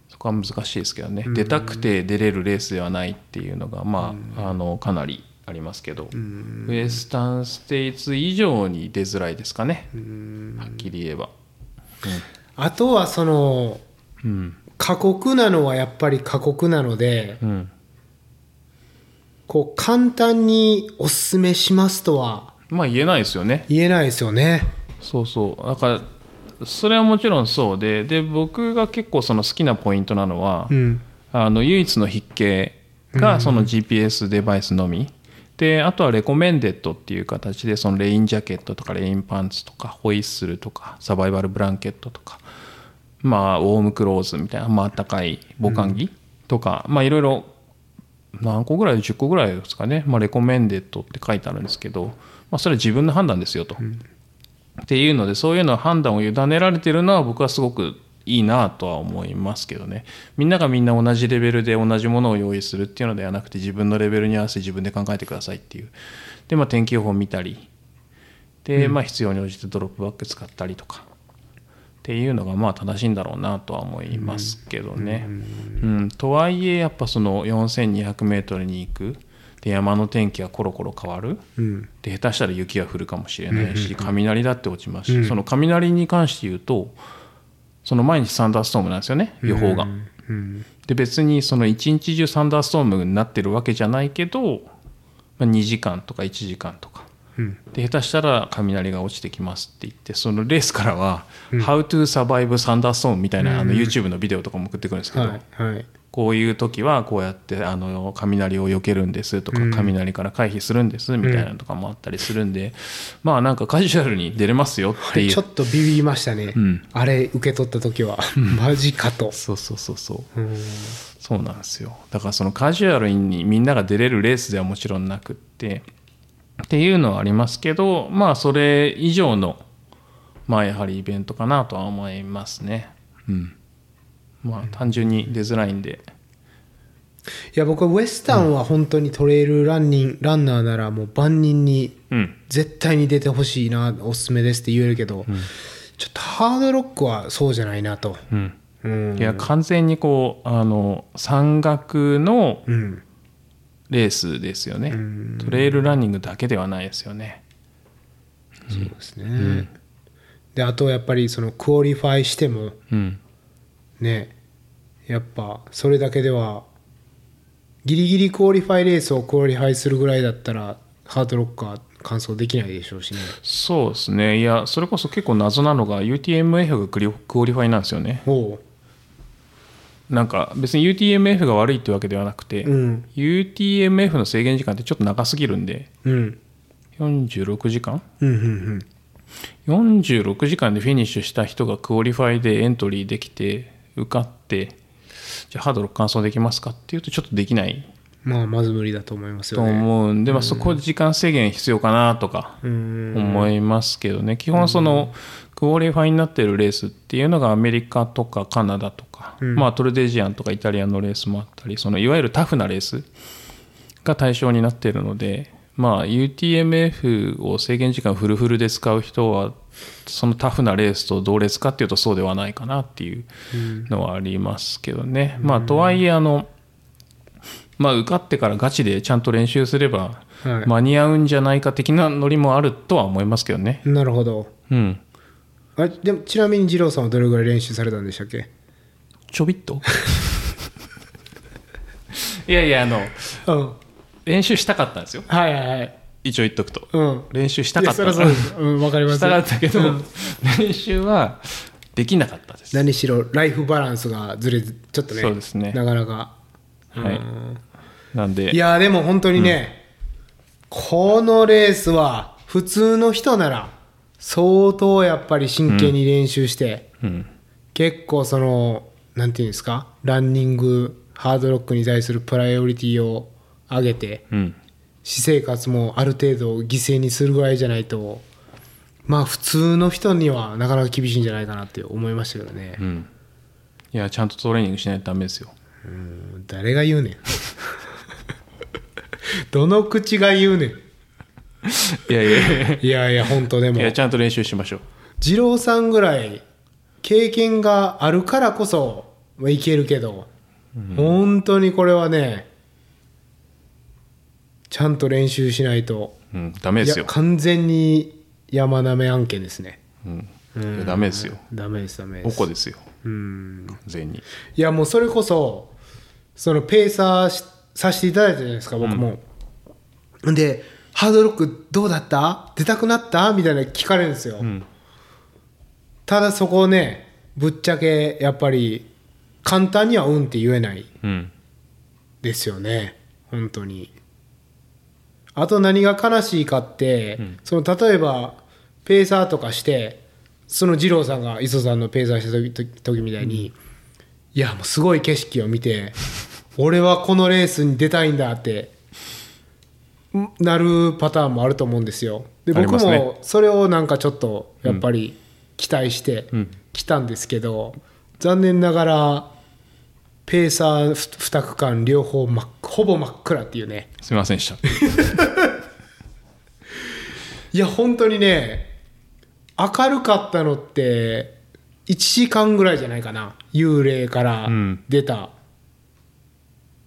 S1: そこは難しいですけどね、出たくて出れるレースではないっていうのが、まああのかなりありますけど、ウエスタンステイツ以上に出づらいですかね、はっきり言えば。
S2: あとはその
S1: うん、
S2: 過酷なのはやっぱり過酷なので
S1: うん、
S2: こう簡単におすすめしますとは
S1: まあ言えないですよね。
S2: 言えないですよね
S1: そうそうだからそれはもちろんそうでで僕が結構その好きなポイントなのは、
S2: うん
S1: あの唯一の筆形がその GPS デバイスのみ、であとはレコメンデッドっていう形でそのレインジャケットとかレインパンツとかホイッスルとかサバイバルブランケットとかまあウォームクローズみたいな、まあったかい防寒着とか、まあいろいろ何個ぐらい10個ぐらいですかね、まあ、レコメンデッドって書いてあるんですけど、まあ、それは自分の判断ですよと。っていうのでそういうの判断を委ねられてるのは僕はすごくいいなとは思いますけどねみんながみんな同じレベルで同じものを用意するっていうのではなくて自分のレベルに合わせて自分で考えてくださいっていうで、まあ、天気予報見たりで、まあ、必要に応じてドロップバッグ使ったりとかっていうのがまあ正しいんだろうなとは思いますけどね。うん、とはいえやっぱその 4200m に行くで山の天気がコロコロ変わる。
S2: うん
S1: で下手したら雪が降るかもしれないし、雷だって落ちますし、その雷に関して言うとその毎日サンダーストームなんですよね予報が。
S2: うん
S1: で別にその一日中サンダーストームになってるわけじゃないけど、まあ、2時間とか1時間とか
S2: うん
S1: で下手したら雷が落ちてきますって言ってそのレースからは「How to survive thunderstorm」みたいなあの YouTube のビデオとかも送ってくるんですけど、
S2: はいはい
S1: こういう時はこうやってあの雷を避けるんですとか雷から回避するんですみたいなのとかもあったりするんで、まあなんかカジュアルに出れますよっていう
S2: ちょっとビビりましたね、
S1: ん
S2: あれ受け取った時はマジかと
S1: そうそうそうそう
S2: うん
S1: そうなんですよだからそのカジュアルにみんなが出れるレースではもちろんなくってっていうのはありますけどまあそれ以上のまあやはりイベントかなとは思いますねうんまあ単純に出づらいんで
S2: いや僕はウエスタンは本当にトレイルランニンランナーならもう万人に
S1: うん
S2: 絶対に出てほしいなおすすめですって言えるけど、ちょっとハードロックはそうじゃないなと
S1: うん
S2: うん
S1: いや完全にこうあの山岳の
S2: うん
S1: レースですよね、
S2: ん
S1: トレイルランニングだけではないですよね
S2: そうですね、であとやっぱりそのクオリファイしても
S1: うん
S2: ねやっぱそれだけではギリギリクオリファイレースをクオリファイするぐらいだったらハードロッカー完走できないでしょうしね
S1: そうですねいやそれこそ結構謎なのが UTMF がクリクオリファイなんですよね
S2: おう
S1: なんか別に UTMF が悪いってわけではなくて、
S2: うん
S1: UTMF の制限時間ってちょっと長すぎるんで
S2: うん
S1: 46時間
S2: うんうん
S1: 46時間でフィニッシュした人がクオリファイでエントリーできて受かってじゃあハードル完走できますかっていうとちょっとできない
S2: うんまあまず無理だと思います
S1: と
S2: よね
S1: 思うんで、まあ、そこ時間制限必要かなとか
S2: うん
S1: 思いますけどね、基本そのクオリファイになってるレースっていうのがアメリカとかカナダとか、まあ、トルデジアンとかイタリアのレースもあったりそのいわゆるタフなレースが対象になってるので、まあ、UTMF を制限時間フルフルで使う人はそのタフなレースと同列かっていうとそうではないかなっていうのはありますけどね。まあ、とはいえあの、まあ、受かってからガチでちゃんと練習すれば
S2: はい
S1: 間に合うんじゃないか的なノリもあるとは思いますけどね。
S2: なるほど
S1: うん。
S2: あれでもちなみに二郎さんはどれぐらい練習されたんでしたっけ
S1: ちょびっ
S2: (laughs)
S1: といやいや、あの、
S2: うん
S1: 練習したかったんですよ。
S2: はいはいはい
S1: 一応言っとくと。
S2: うん
S1: 練習し
S2: い
S1: たか
S2: や
S1: った
S2: そりゃそうですうんわかります
S1: したかったけど、練習はできなかったです。
S2: 何しろライフバランスがずれずちょっとね
S1: そうですね
S2: なかなか
S1: はい。なんで、
S2: いやーでも本当にね、このレースは普通の人なら相当やっぱり真剣に練習して、
S1: うん
S2: 結構そのなんていうんですかランニングハードロックに対するプライオリティを上げて
S1: うん
S2: 私生活もある程度犠牲にするぐらいじゃないとまあ普通の人にはなかなか厳しいんじゃないかなって思いましたけどね、
S1: うんいやちゃんとトレーニングしないとダメですよ
S2: 誰が言うねん (laughs) どの口が言うねん
S1: いやいやいや
S2: いやいや本当でも
S1: いやちゃんと練習しましょう
S2: 二郎さんぐらい経験があるからこそ、まあ、いけるけど、本当にこれはねちゃんと練習しないと
S1: うんダメですよ
S2: いや完全に山なめ案件ですね
S1: うんいやダメですよ
S2: ダメですダメで
S1: お
S2: す
S1: こですよ
S2: うん
S1: 完全に
S2: いやもうそれこそそのペーサーしさせていただいたじゃないですか僕も、ん、でハードロックどうだった出たくなったみたいな聞かれるんですよ、
S1: ん
S2: ただそこをねぶっちゃけやっぱり簡単にはうんって言えない
S1: うん
S2: ですよね本当にあと何が悲しいかって、その例えばペーサーとかしてその二郎さんが磯さんのペーサーした時時時みたいに、いやもうすごい景色を見て (laughs) 俺はこのレースに出たいんだってんなるパターンもあると思うんですよで
S1: あり
S2: 僕
S1: ますね
S2: もそれをなんかちょっとやっぱり期待して
S1: うん
S2: 来たんですけど、残念ながらペーサー2区間両方真っほぼ真っ暗っていうね
S1: すみませんでした
S2: いや本当にね明るかったのって1時間ぐらいじゃないかな幽霊から
S1: うん
S2: 出た、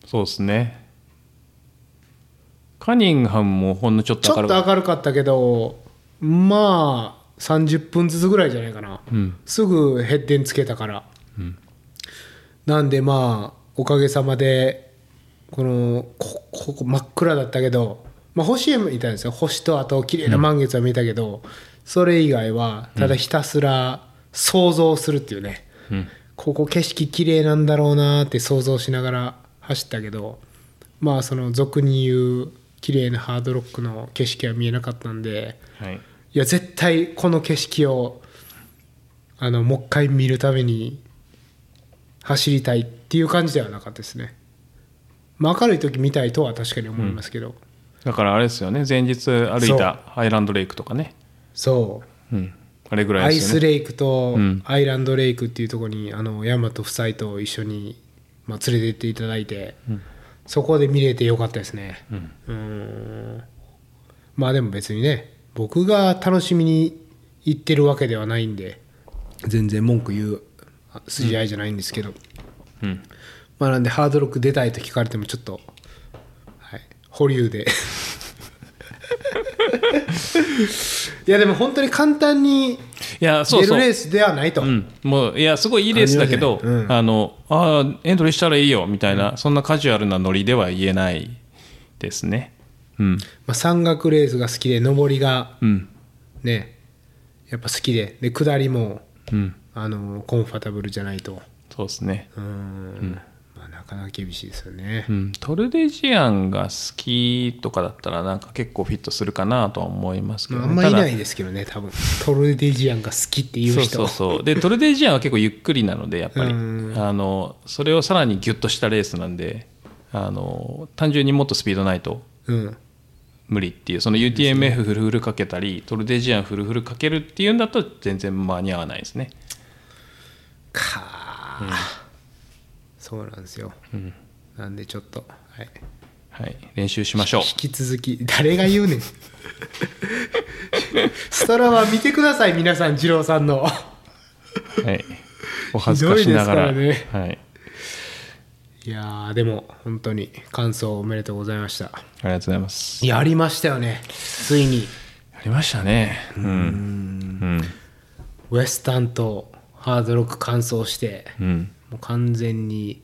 S1: そうですねカニンハムもほんのちょっ
S2: ち
S1: と
S2: ょ
S1: 明
S2: っ
S1: る
S2: と
S1: かっ
S2: 明るかったけどまあ30分ずつぐらいじゃないかな、
S1: たうん
S2: すぐヘッデンつけたから、
S1: うん
S2: なんでまあおかげさまでこのこここ真っ暗だったけど、まあ、星見たんですよ星とあと綺麗な満月は見たけど、それ以外はただひたすら想像するっていうね、
S1: うん
S2: ここ景色綺麗なんだろうなーって想像しながら走ったけどまあその俗に言う綺麗なハードロックの景色は見えなかったんで
S1: はい
S2: いや絶対この景色をあのもう一回見るために走りたいっていう感じではなかったですね、まあ、明るい時見たいとは確かに思いますけど、
S1: だからあれですよね前日歩いたアイランドレイクとかね
S2: そう
S1: うんあれぐら
S2: ア
S1: い
S2: イ
S1: です
S2: ス
S1: よね
S2: レイクと
S1: うん
S2: アイランドレイクっていうところにあのヤマト夫妻と一緒に、まあ、連れて行っていただいて、そこで見れてよかったですね
S1: うん
S2: うんまあでも別にね僕が楽しみに行ってるわけではないんで全然文句言う筋合いじゃないんですけど、
S1: うん
S2: まあなんでハードロック出たいと聞かれてもちょっと、はい、保
S1: (laughs)
S2: 留でいやでも本当に簡単に
S1: いやそう
S2: 出
S1: そ
S2: る
S1: う
S2: レースではないと、
S1: うん、もういやすごいいいレースだけど、
S2: 感じはねうん
S1: あのあーエントリーしたらいいよみたいな、そんなカジュアルなノリでは言えないですねうん
S2: まあ、山岳レースが好きで上りが
S1: うん
S2: ねやっぱ好きでで下りも
S1: うん
S2: あのコンファタブルじゃないと
S1: そうですね、
S2: うーんまあ、なかなか厳しいですよね、
S1: うん、トルデジアンが好きとかだったらなんか結構フィットするかなとは思いますけど
S2: まあ、
S1: ね、
S2: あんまいな
S1: た
S2: いですけどね多分トルデジアンが好きっていう
S1: だ
S2: 人
S1: そうそうそうでトルデジアンは結構ゆっくりなのでやっぱり
S2: うん
S1: あのそれをさらにギュッとしたレースなんであの単純にもっとスピードないと
S2: うん
S1: 無理っていうその UTMF フルフルかけたりトルデジアンフルフルかけるっていうんだと全然間に合わないですね
S2: かー、そうなんですよ、なんでちょっと、はい、
S1: はい練習しましょう
S2: 引き続き誰が言うねん
S1: (laughs)
S2: ストラは見てください皆さん二郎さんの
S1: (laughs) はいお恥ずかしながら
S2: ひどいです
S1: はい、
S2: いやーでも本当に感想おめでとうございました
S1: ありがとうございます
S2: やりましたよねついに
S1: やりましたねうんうん
S2: ウエスタンとハードロック完走して
S1: うん
S2: もう完全に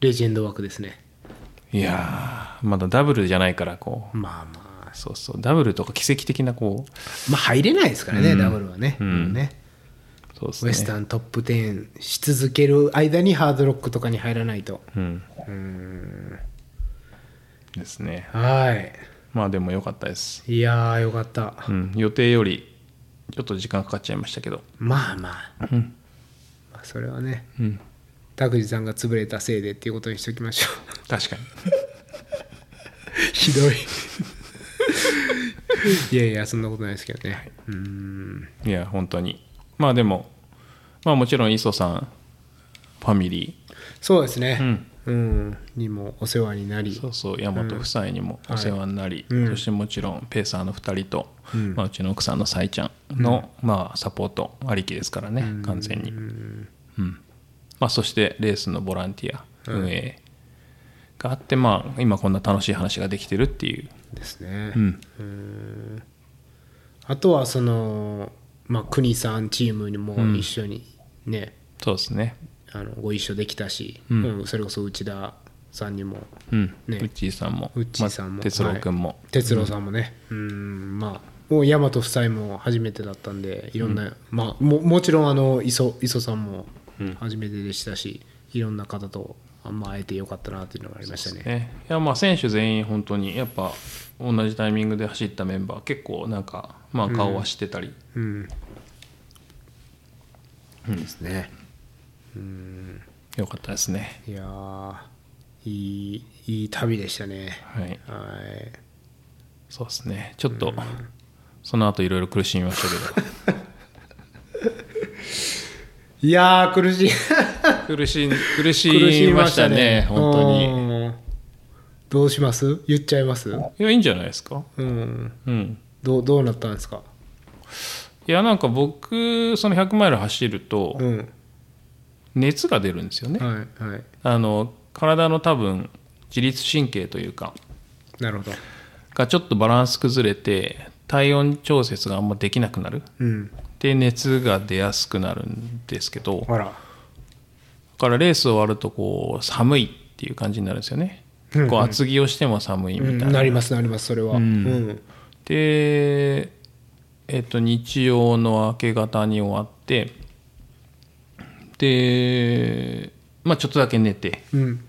S2: レジェンド枠ですね
S1: いやーまだダブルじゃないからこう
S2: まあまあ
S1: そうそうダブルとか奇跡的なこう
S2: まあ入れないですからね、ダブルはね,、
S1: うん
S2: ね
S1: そうです
S2: ウ
S1: ね
S2: エスタントップ10し続ける間にハードロックとかに入らないと
S1: うんですね
S2: はい
S1: まあでも良かったです、
S2: いやーよかった
S1: うん、予定よりちょっと時間かかっちゃいましたけど
S2: まあまあ、
S1: うん
S2: まあそれはね
S1: うん
S2: 拓司さんが潰れたせいでっていうことにしておきましょ
S1: 確かに
S2: うひどい (laughs) いやいやそんなことないですけどね、うーん
S1: いや本当にまあでもまあもちろん磯さんファミリ
S2: そうですね
S1: ー、うん、
S2: うん、にもお世話になり
S1: そうそう大和夫妻にもお世話になり、
S2: はいうん
S1: そしてもちろんペーサーの2人と、う
S2: うん
S1: まあ、うちの奥さんのさいちゃんの、まあ、サポートありきですからね、完全に、うんまあ、そしてレースのボランティア運営があって、まあ、今こんな楽しい話ができてるっていう、
S2: ですね、
S1: うん
S2: あとはその、まあ、国さんチームにも一緒にね、
S1: そうですね
S2: あのご一緒できたし、
S1: うん
S2: うんそれこそ内田さんにも
S1: うん
S2: ね
S1: うっちーさんも
S2: うっちーさんも
S1: まあ哲郎君も、
S2: 哲郎さんもねうんまあもう大和夫妻も初めてだったんでいろんな、まあももちろんあの磯磯さんも初めてでしたし、いろんな方とあんま会えてよかったなというのがありましたね
S1: ね、いやまあ選手全員本当にやっぱ同じタイミングで走ったメンバー結構なんかまあ顔はしてたり、
S2: うん、ですね
S1: よかったですね
S2: いやーいいいい旅でしたね
S1: はい
S2: はい
S1: そうですねちょっとその後いろいろ苦しみましたけど
S2: いやー苦しい
S1: (laughs)
S2: (laughs)
S1: 苦しん苦
S2: 苦し
S1: し
S2: み
S1: み
S2: ま
S1: ま
S2: し
S1: したたね
S2: ね
S1: 本当に
S2: うんどうします言っちゃいます
S1: いやいいんじゃないですか
S2: うん
S1: うん
S2: どうどうなったんですか
S1: いやなんか僕その100マイル走ると
S2: うん
S1: 熱が出るんですよね、
S2: はいはい
S1: あの体の多分自律神経というか
S2: なるほど
S1: がちょっとバランス崩れて体温調節があんまできなくなる
S2: うん
S1: で熱が出やすくなるんですけどだ
S2: あら
S1: からレース終わるとこう寒いっていう感じになるんですよね、
S2: うんうん
S1: こう厚着をしても寒いみたいな、
S2: なりますなりますそれはうん、
S1: でえっと日曜の明け方に終わってでまあちょっとだけ寝て
S2: うん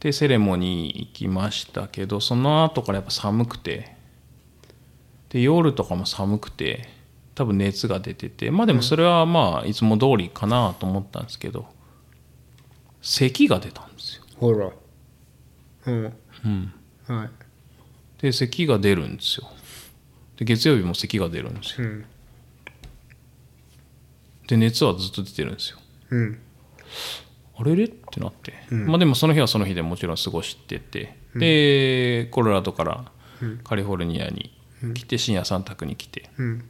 S1: でセレモニー行きましたけどその後からやっぱ寒くてで夜とかも寒くて多分熱が出ててまあでもそれはまあいつも通りかなと思ったんですけど咳が出たんですよ
S2: ほらうん
S1: うん
S2: はい
S1: で咳が出るんですよで月曜日も咳が出るんですよ
S2: うん
S1: で熱はずっと出てるんですよ
S2: うん
S1: あれれってなって、まあでもその日はその日でもちろん過ごしてて、でコロラドからカリフォルニアに来て深夜3択に来て、
S2: うん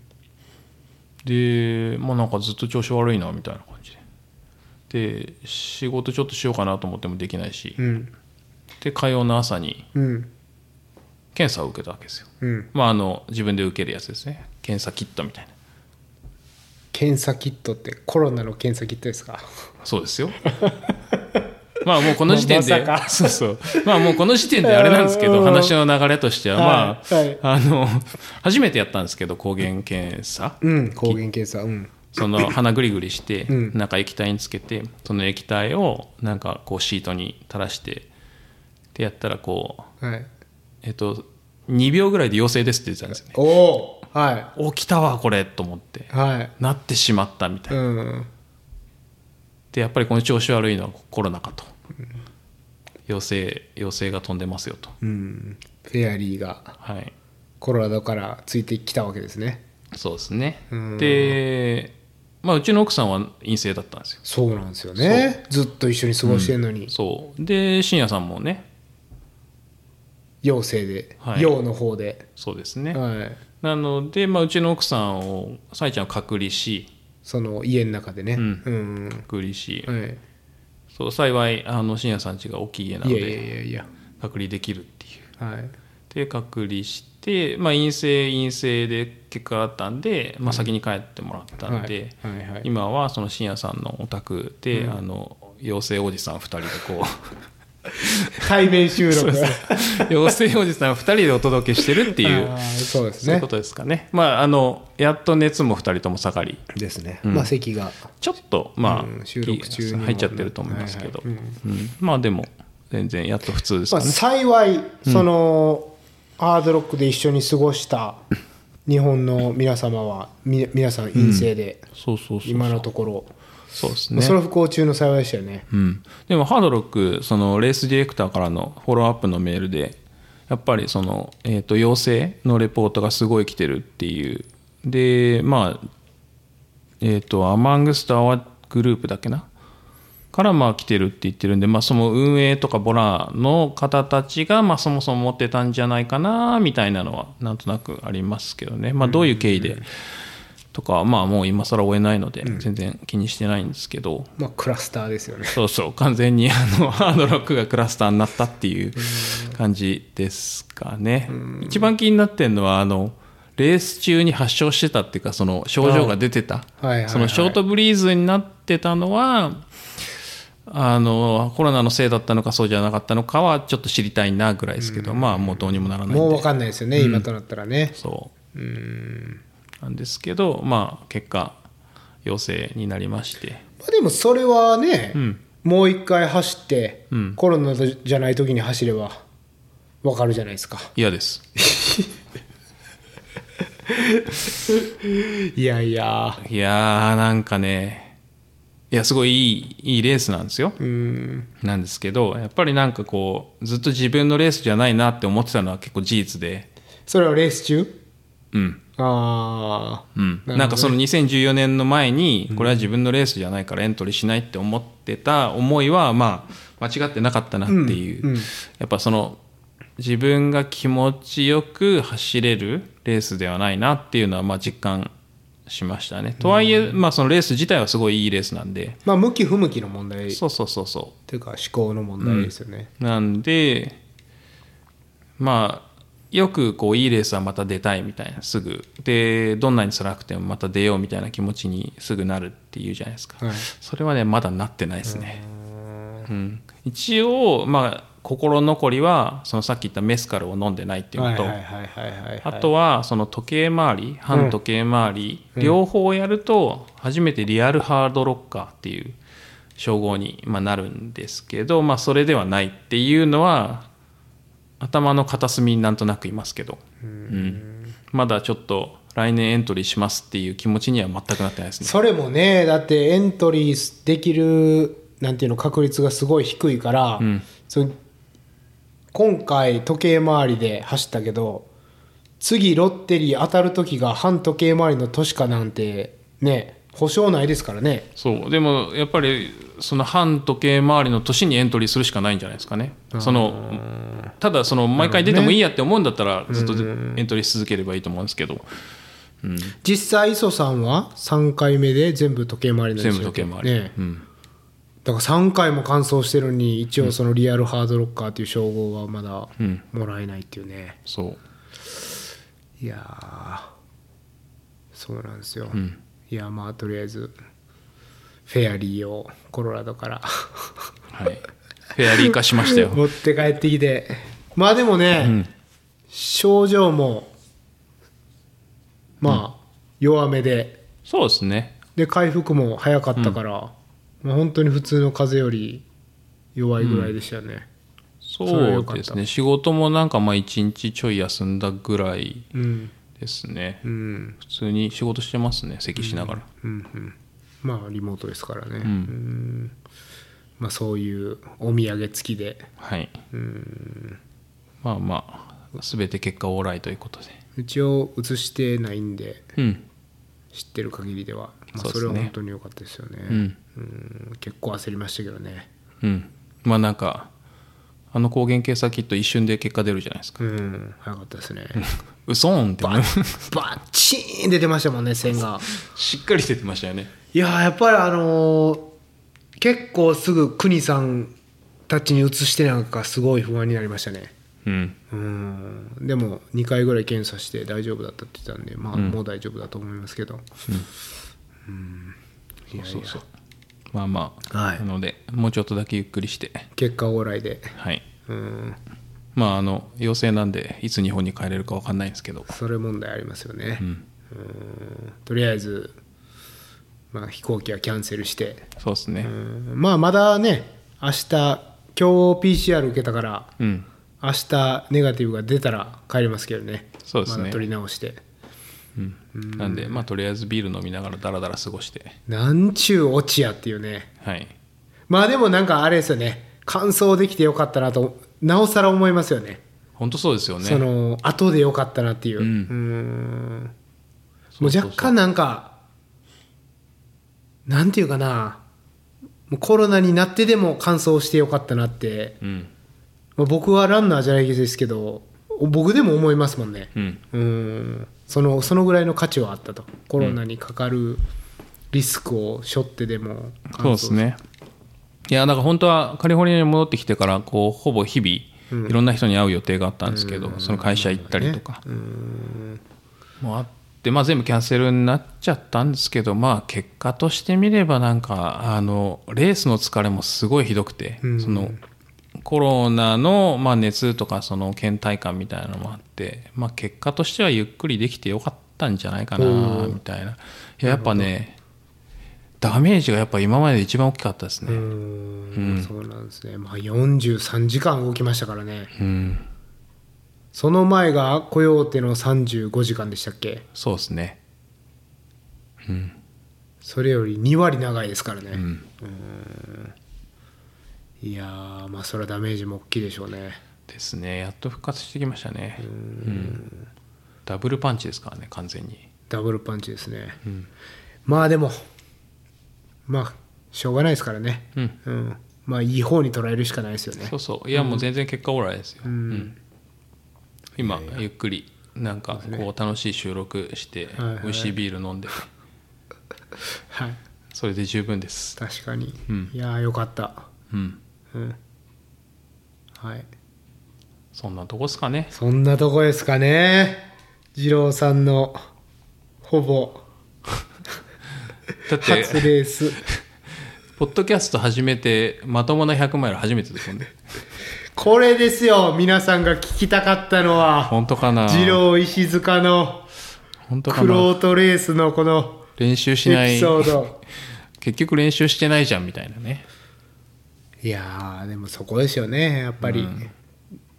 S1: でまあなんかずっと調子悪いなみたいな感じでで仕事ちょっとしようかなと思ってもできないし、
S2: うん
S1: で火曜の朝に
S2: うん
S1: 検査を受けたわけですよ
S2: うん
S1: まああの自分で受けるやつですね検査キットみたいな
S2: 検査キットってコロナの検査キットですか
S1: そうです
S2: (laughs)
S1: よまあもうこの時点で、
S2: ままさ
S1: そう
S2: (laughs)
S1: そうまあもうこの時点であれなんですけ
S2: う
S1: ど
S2: ん
S1: 話の流れとしてはまあ、
S2: はいはい
S1: あの初めてやったんですけど抗原検査、
S2: うん抗原検査うん
S1: その鼻ぐりぐりして
S2: うん
S1: なんか液体につけてその液体をなんかこうシートに垂らしてでやったらこう
S2: はい
S1: えっと2秒ぐらいで陽性ですって言ってたんですよね
S2: おおは
S1: 起きたわこれと思って
S2: いはい
S1: なってしまったみたいな
S2: うん
S1: でやっぱりこの調子悪いのはコロナかと陽性陽性が飛んでますよと
S2: うんフェアリーが
S1: はい
S2: コロラドからついてきたわけですね
S1: そうですね
S2: うん
S1: でまあうちの奥さんは陰性だったんですよ
S2: そうなんですよねずっと一緒に過ごしてんのに、
S1: そうで信也さんもね
S2: 陽性で、
S1: はい
S2: 陽の方で、
S1: そうですね
S2: はい、
S1: なので、まあ、うちの奥さんをさえちゃんを隔離し
S2: その家の中でね
S1: うん
S2: うん、
S1: 隔離し、
S2: はい、
S1: そう幸いあの深夜さん家が大きい家なの
S2: い
S1: で
S2: やいやいやいや
S1: 隔離できるっていう
S2: はい
S1: で隔離して、まあ、陰性陰性で結果があったんで、まあ、先に帰ってもらったんで、
S2: はいはいはい
S1: 今はその深夜さんのお宅で、あの妖精おじさん2人でこう
S2: 対面収録
S1: 妖精おじさん2人でお届けしてるっていう
S2: あーそうです
S1: そういう
S2: ね
S1: ことですかねまああのやっと熱も2人とも下がり
S2: ですね、まあ席が
S1: ちょっとまあ、
S2: うん収録中にも
S1: 入っちゃってると思いますけど、
S2: はいはい
S1: うんまあでも全然やっと普通です
S2: ま
S1: か
S2: あ、
S1: ね、
S2: 幸いその、ハードロックで一緒に過ごした日本の皆様はみ皆さん陰性で、
S1: そうそうそう
S2: 今のところ、
S1: そうです
S2: まあ
S1: ね
S2: それは不幸中の幸いでしたよね
S1: うん、でもハードロックそのレースディレクターからのフォローアップのメールでやっぱりその、えー、と陽性のレポートがすごい来てるっていうでまあえっ、とアマングスターはグループだっけなからまあ来てるって言ってるんで、まあ、その運営とかボラの方たちがまあそもそも持ってたんじゃないかなみたいなのはなんとなくありますけどね、まあ、どういう経緯でとかはまあもう今更追えないので全然気にしてないんですけど、
S2: まあクラスターですよね
S1: そうそう完全にあの (laughs) ハードロックがクラスターになったっていう感じですかね一番気になってるのはあのレース中に発症してたっていうかその症状が出てた
S2: はいはいはい
S1: そのショートブリーズになってたのはあのコロナのせいだったのかそうじゃなかったのかはちょっと知りたいなぐらいですけどまあもうどうにもならないんで
S2: もう分かんないですよね、今となったらね
S1: そうなんですけどまあ結果陽性になりまして
S2: まあ、でもそれはね、もう一回走って、
S1: うん
S2: コロナじゃない時に走れば分かるじゃないですか
S1: 嫌です
S2: いやいや
S1: いやーなんかねいやすごいいいいいレースなんですよ
S2: うん
S1: なんですけどやっぱりなんかこうずっと自分のレースじゃないなって思ってたのは結構事実で
S2: それはレース中
S1: うん
S2: ああ
S1: うん
S2: なるほど
S1: な
S2: ね
S1: んかその2014年の前にこれは自分のレースじゃないからエントリーしないって思ってた思いはまあ間違ってなかったなっていう、
S2: うんうん
S1: やっぱその自分が気持ちよく走れるレースではないなっていうのはまあ実感しましたね。とはいえ、まあ、そのレース自体はすごいいいレースなんで、
S2: まあ向き不向きの問題
S1: そうそうそうそ
S2: というか思考の問題ですよね、
S1: うなんでまあよくこういいレースはまた出たいみたいなすぐでどんなに辛くてもまた出ようみたいな気持ちにすぐなるっていうじゃないですか、
S2: はい
S1: それはねまだなってないですねうん一応まあ心残りはそのさっき言ったメスカルを飲んでないっていうのと、
S2: はいはいはいはいはいはい
S1: あとはその時計回り反時計回り、両方やると初めてリアルハードロッカーっていう称号にまあなるんですけど、まあ、それではないっていうのは頭の片隅になんとなくいますけど、うんまだちょっと来年エントリーしますっていう気持ちには全くなってないですね。
S2: それもねだってエントリーできるなんていうの確率がすごい低いから、
S1: ん
S2: その今回時計回りで走ったけど次ロッテリー当たる時が反時計回りの都市かなんてね保証ないですからね
S1: そうでもやっぱりその反時計回りの年にエントリーするしかないんじゃないですかねそのただその毎回出てもいいやって思うんだったらずっとエントリーし続ければいいと思うんですけど、うん、
S2: 実際磯さんは3回目で全部時計回りなんで
S1: 全
S2: す
S1: 部
S2: よ
S1: 時計回り、
S2: ね
S1: うん、
S2: だから3回も完走してるのに一応そのリアルハードロッカーという称号はまだ
S1: うん
S2: もらえないっていうね、
S1: そう
S2: いやーそうなんですよ、
S1: ん
S2: いやまあとりあえずフェアリーをコロラドから
S1: はいフェアリー化しましたよ
S2: (laughs) 持って帰ってきてまあでもね、
S1: うん
S2: 症状もまあ、弱めで
S1: (laughs) そうですね
S2: で回復も早かったから、まあ本当に普通の風邪より弱いぐらいでしたよね、それは
S1: そ
S2: よ
S1: う
S2: かった
S1: ですね仕事もなんかまあ1日ちょい休んだぐらい
S2: うん
S1: ですね
S2: うん
S1: 普通に仕事してますね咳しながら、
S2: うんうん、まあリモートですからね、
S1: ん
S2: うんまあ、そういうお土産付きで
S1: はいまあまあ全て結果オーライということで
S2: 一応映してないんで
S1: うん
S2: 知ってる限りでは、まあ、
S1: そうですね
S2: それは本当に良かったですよね
S1: うん
S2: うん結構焦りましたけどね
S1: うん、まあなんかあの抗原検査キット一瞬で結果出るじゃないですか
S2: うん早かったです (laughs) ね
S1: うそんって
S2: バッバッチーン出てましたもんね線が
S1: しっかり出てましたよね
S2: (laughs) いやーやっぱりあのー結構すぐ国さんたちに移してなんかすごい不安になりましたね
S1: うん
S2: うんでも2回ぐらい検査して大丈夫だったって言ってたんで、まあ、もう大丈夫だと思いますけど、うんいやいや
S1: そうそうまあまあ、
S2: はい
S1: なのでもうちょっとだけゆっくりして
S2: 結果オーライで、
S1: はい
S2: うん、
S1: まああの陽性なんでいつ日本に帰れるか分かんないんですけど
S2: それ問題ありますよね、うんとりあえず、まあ、飛行機はキャンセルして、
S1: そうです
S2: う
S1: ね
S2: んまあ、まだね、明日今日 PCR 受けたから、
S1: うん
S2: 明日ネガティブが出たら帰りますけどね
S1: そうですね
S2: まだ取り直して
S1: うんなんでまあとりあえずビール飲みながらダラダラ過ごして
S2: なんちゅうオチやっていうね
S1: はい
S2: まあでもなんかあれですよね完走できてよかったなとなおさら思いますよね
S1: 本当そうですよね
S2: その後でよかったなっていう,、
S1: うん
S2: ん
S1: そうそうそう
S2: もう若干なんかなんていうかなもうコロナになってでも完走してよかったなって、
S1: うん
S2: まあ、僕はランナーじゃないですけど僕でも思いますもんね
S1: うん
S2: うんそのそのぐらいの価値はあったとコロナにかかるリスクを背負ってでも
S1: そうですねいやだから本当はカリフォルニアに戻ってきてからこうほぼ日々いろんな人に会う予定があったんですけど、その会社行ったりとか、もうあって、まあ、全部キャンセルになっちゃったんですけど、まあ、結果としてみればなんかあのレースの疲れもすごいひどくて、そのコロナの、まあ、熱とかその倦怠感みたいなのもあって、まあ、結果としてはゆっくりできてよかったんじゃないかなみたいないややっぱねダメージがやっぱ今までで一番大きかったですね。
S2: うんそうなんですね、まあ、43時間動きましたからね
S1: うん
S2: その前がコヨーテの35時間でしたっけ
S1: そうですね。
S2: それより2割長いですからね、
S1: ん
S2: うんいやーまあそれはダメージも大きいでしょうね
S1: ですね。やっと復活してきましたね。うんダブルパンチですからね、完全に。
S2: ダブルパンチですね、まあでもまあしょうがないですからね、
S1: うん
S2: うんまあいい方に捉えるしかないですよ
S1: (laughs)
S2: ね
S1: そうそう。いや、もう全然結果オーライですよ。うん今、ゆっくり、なんか、こう、楽しい収録して
S2: はいは、い
S1: 美味しいビール飲んで、
S2: はい
S1: それで十分です。
S2: 確かに、
S1: うん
S2: いやーよかった、
S1: うん。
S2: うん、はい
S1: そんなとこですかね。
S2: そんなとこですかね二郎さんのほぼ
S1: だっ
S2: 初
S1: て、
S2: レース
S1: ポッドキャスト始めて、まともな100マイル初めてですもんね。
S2: これですよ皆さんが聞きたかったのは
S1: 本当かな
S2: 二郎石塚の
S1: 本当か
S2: クロ
S1: な
S2: ートレースのこの
S1: 練習しな
S2: エ
S1: い
S2: ピ。ソード
S1: 結局練習してないじゃん、みたいなね。
S2: いやーでもそこですよねやっぱり、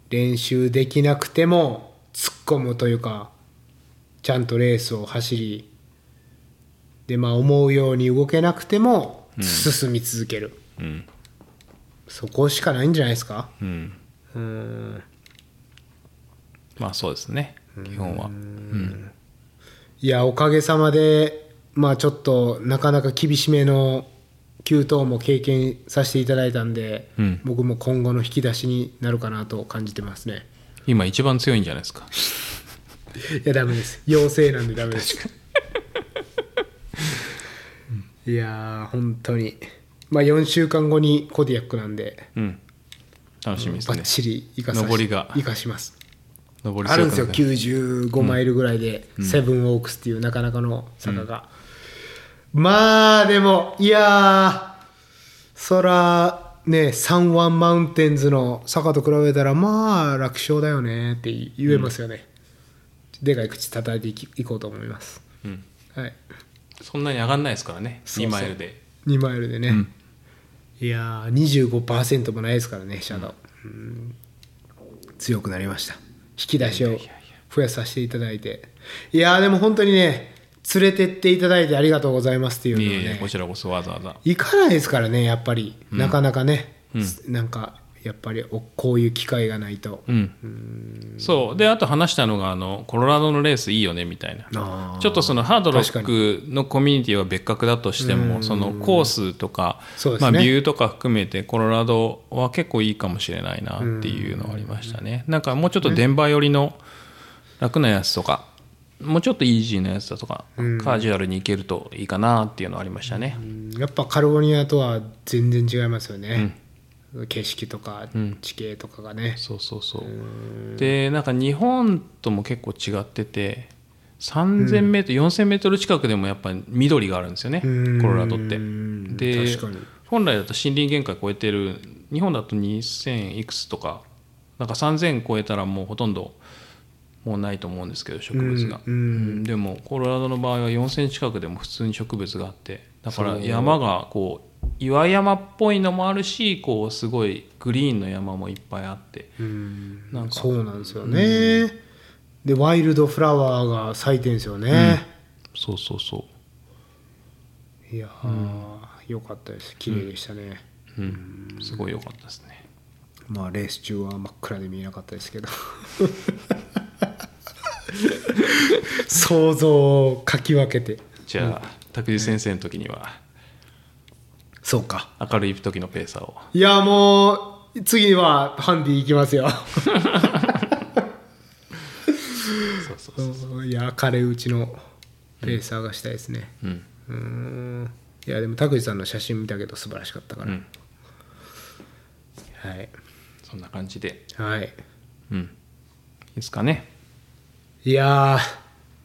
S2: 練習できなくても突っ込むというかちゃんとレースを走りでまあ思うように動けなくても進み続ける、
S1: うん。
S2: そこしかないんじゃないですか
S1: うん。
S2: うん
S1: まあそうですね基本はうん
S2: いやおかげさまでまあちょっとなかなか厳しめの給湯も経験させていただいたんで、
S1: うん
S2: 僕も今後の引き出しになるかなと感じてますね
S1: 今一番強いんじゃないですか
S2: (laughs) いやダメです陽性なんでダメ (laughs) ですいやー本当にまあ4週間後にコディアックなんで
S1: うん楽しみです
S2: バッ
S1: ね
S2: チリ生かさせて
S1: 上りが
S2: 生かします
S1: 上り
S2: あるんで
S1: 強
S2: すよ
S1: くなる
S2: 95マイルぐらいで、セブンオークスっていうなかなかの坂が、まあでもいやーそらねサンワンマウンテンズの坂と比べたらまあ楽勝だよねって言えますよね、でかい口叩いていきいこうと思います、
S1: うん
S2: はい、
S1: そんなに上がんないですからね
S2: そうそう
S1: 2マイルで
S2: 2マイルでね、
S1: ん
S2: いやー25%もないですからねシャドウ、うん強くなりました引き出しを増やさせていただいていやーでも本当にね連れてっていただいてありがとうございますっていうの
S1: い
S2: は
S1: えいえこ
S2: ね
S1: ちらこそわざわざ
S2: 行かないですからねやっぱり、なかなかね、なんかやっぱりおこういう機会がないと、
S1: うんそうであと話したのがあのコロラドのレースいいよねみたいな
S2: あー
S1: ちょっとそのハードロ
S2: 確
S1: ックのコミュニティは別格だとしてもそのコースとか、
S2: そうです
S1: ま
S2: ね
S1: あ、ビューとか含めてコロラドは結構いいかもしれないなっていうのはありましたねなんかもうちょっとデンバー寄りの楽なやつとかもうちょっとイージーなやつだとかカージュアルにいけるといいかなっていうのはありましたね
S2: うんやっぱカルボニアとは全然違いますよね、景色とか地形とかがね、
S1: そうそうそうでなんか日本とも結構違ってて 3000m、4000m 近くでもやっぱり緑があるんですよね
S2: うん
S1: コロラドって
S2: うん
S1: で
S2: 確かに
S1: 本来だと森林限界超えてる日本だと2000いくつとかなんか3000超えたらもうほとんどもうないと思うんですけど植物が、
S2: うん
S1: うんでもコロラドの場合は4000近くでも普通に植物があってだから山がこう岩山っぽいのもあるしこうすごいグリーンの山もいっぱいあって
S2: うん
S1: なんか
S2: そうなんですよね、でワイルドフラワーが咲いてんですよね、
S1: そうそうそ
S2: いやー、よかったです綺麗でしたね、
S1: う、うん、すごい良かったですね
S2: まあレース中は真っ暗で見えなかった (laughs) ですけど想像をかき分けて
S1: じゃあ拓司先生の時には
S2: そうか
S1: 明るい時のペーサーを
S2: いやもう次はハンディ行きますよ
S1: そうそうそう
S2: (laughs) いや明るいうちのレーサーがしたいですね
S1: うん
S2: うーんいやでも拓司さんの写真見たけど素晴らしかったか
S1: う
S2: ら、
S1: ん
S2: はい
S1: そんな感じで
S2: はい
S1: うんいいですかね
S2: いや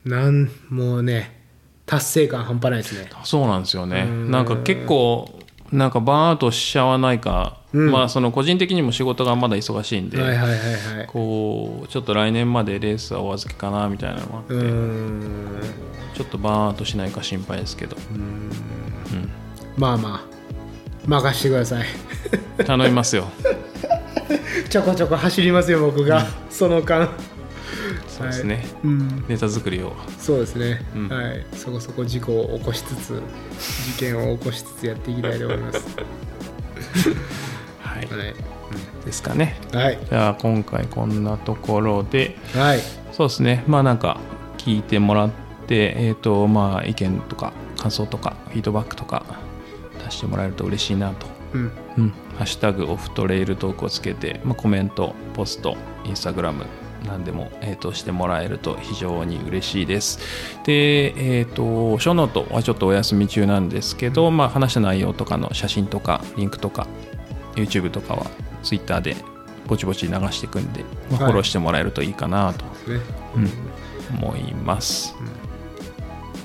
S2: ーなんもうね達成感半端ないですね
S1: そうなんですよねなんか結構なんかバーンアウトしちゃわないか、まあその個人的にも仕事がまだ忙しいんで、
S2: はいはいはいはい
S1: こうちょっと来年までレースはお預けかなみたいなのもあって、
S2: うーん
S1: ちょっとバーンアウトしないか心配ですけど、
S2: まあまあ任してください (laughs)
S1: 頼みます (laughs) よ
S2: ちょこちょこ走りますよ僕が、その間
S1: そうですね、
S2: うん
S1: ネタ作りを
S2: そうですね、
S1: ん
S2: はいそこそこ事故を起こしつつ事件を起こしつつやっていきたいと思います
S1: (laughs) はい、
S2: はい
S1: ですかね
S2: はい
S1: じゃあ今回こんなところで
S2: はい
S1: そうですねまあなんか聞いてもらってえっ、とまあ意見とか感想とかフィードバックとか出してもらえると嬉しいなと
S2: うん
S1: うん、ハッシュタグオフトレイルトークをつけて、まあ、コメント、ポスト、インスタグラム、何でも、えー、としてもらえると非常に嬉しいです。で、えっ、と、書ノートはちょっとお休み中なんですけど、まあ、話した内容とかの写真とか、リンクとか、YouTube とかは Twitter でぼちぼち流していくんで、まあ、
S2: は
S1: フ
S2: い
S1: ォローしてもらえるといいかなと
S2: ね
S1: 思います。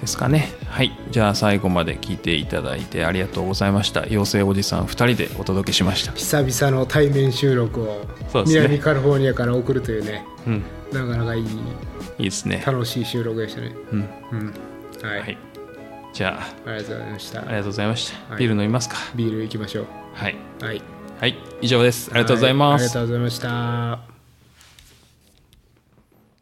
S1: ですかね。はい。じゃあ最後まで聞いていただいてありがとうございました。妖精おじさん2人でお届けしました。
S2: 久々の対面収録を
S1: そうですね
S2: 南カリフォルニアから送るというね
S1: うん、
S2: なかなかいい
S1: いいですね。
S2: 楽しい収録でしたね
S1: うん、
S2: うんはい、
S1: はい。じゃあ、
S2: ありがとうございました
S1: ありがとうございました。
S2: はい
S1: ビール飲みますか。
S2: ビール行きましょ
S1: はい。
S2: うはい
S1: はい、以上です。ありがとうございま
S2: はあり
S1: す
S2: が。とうございました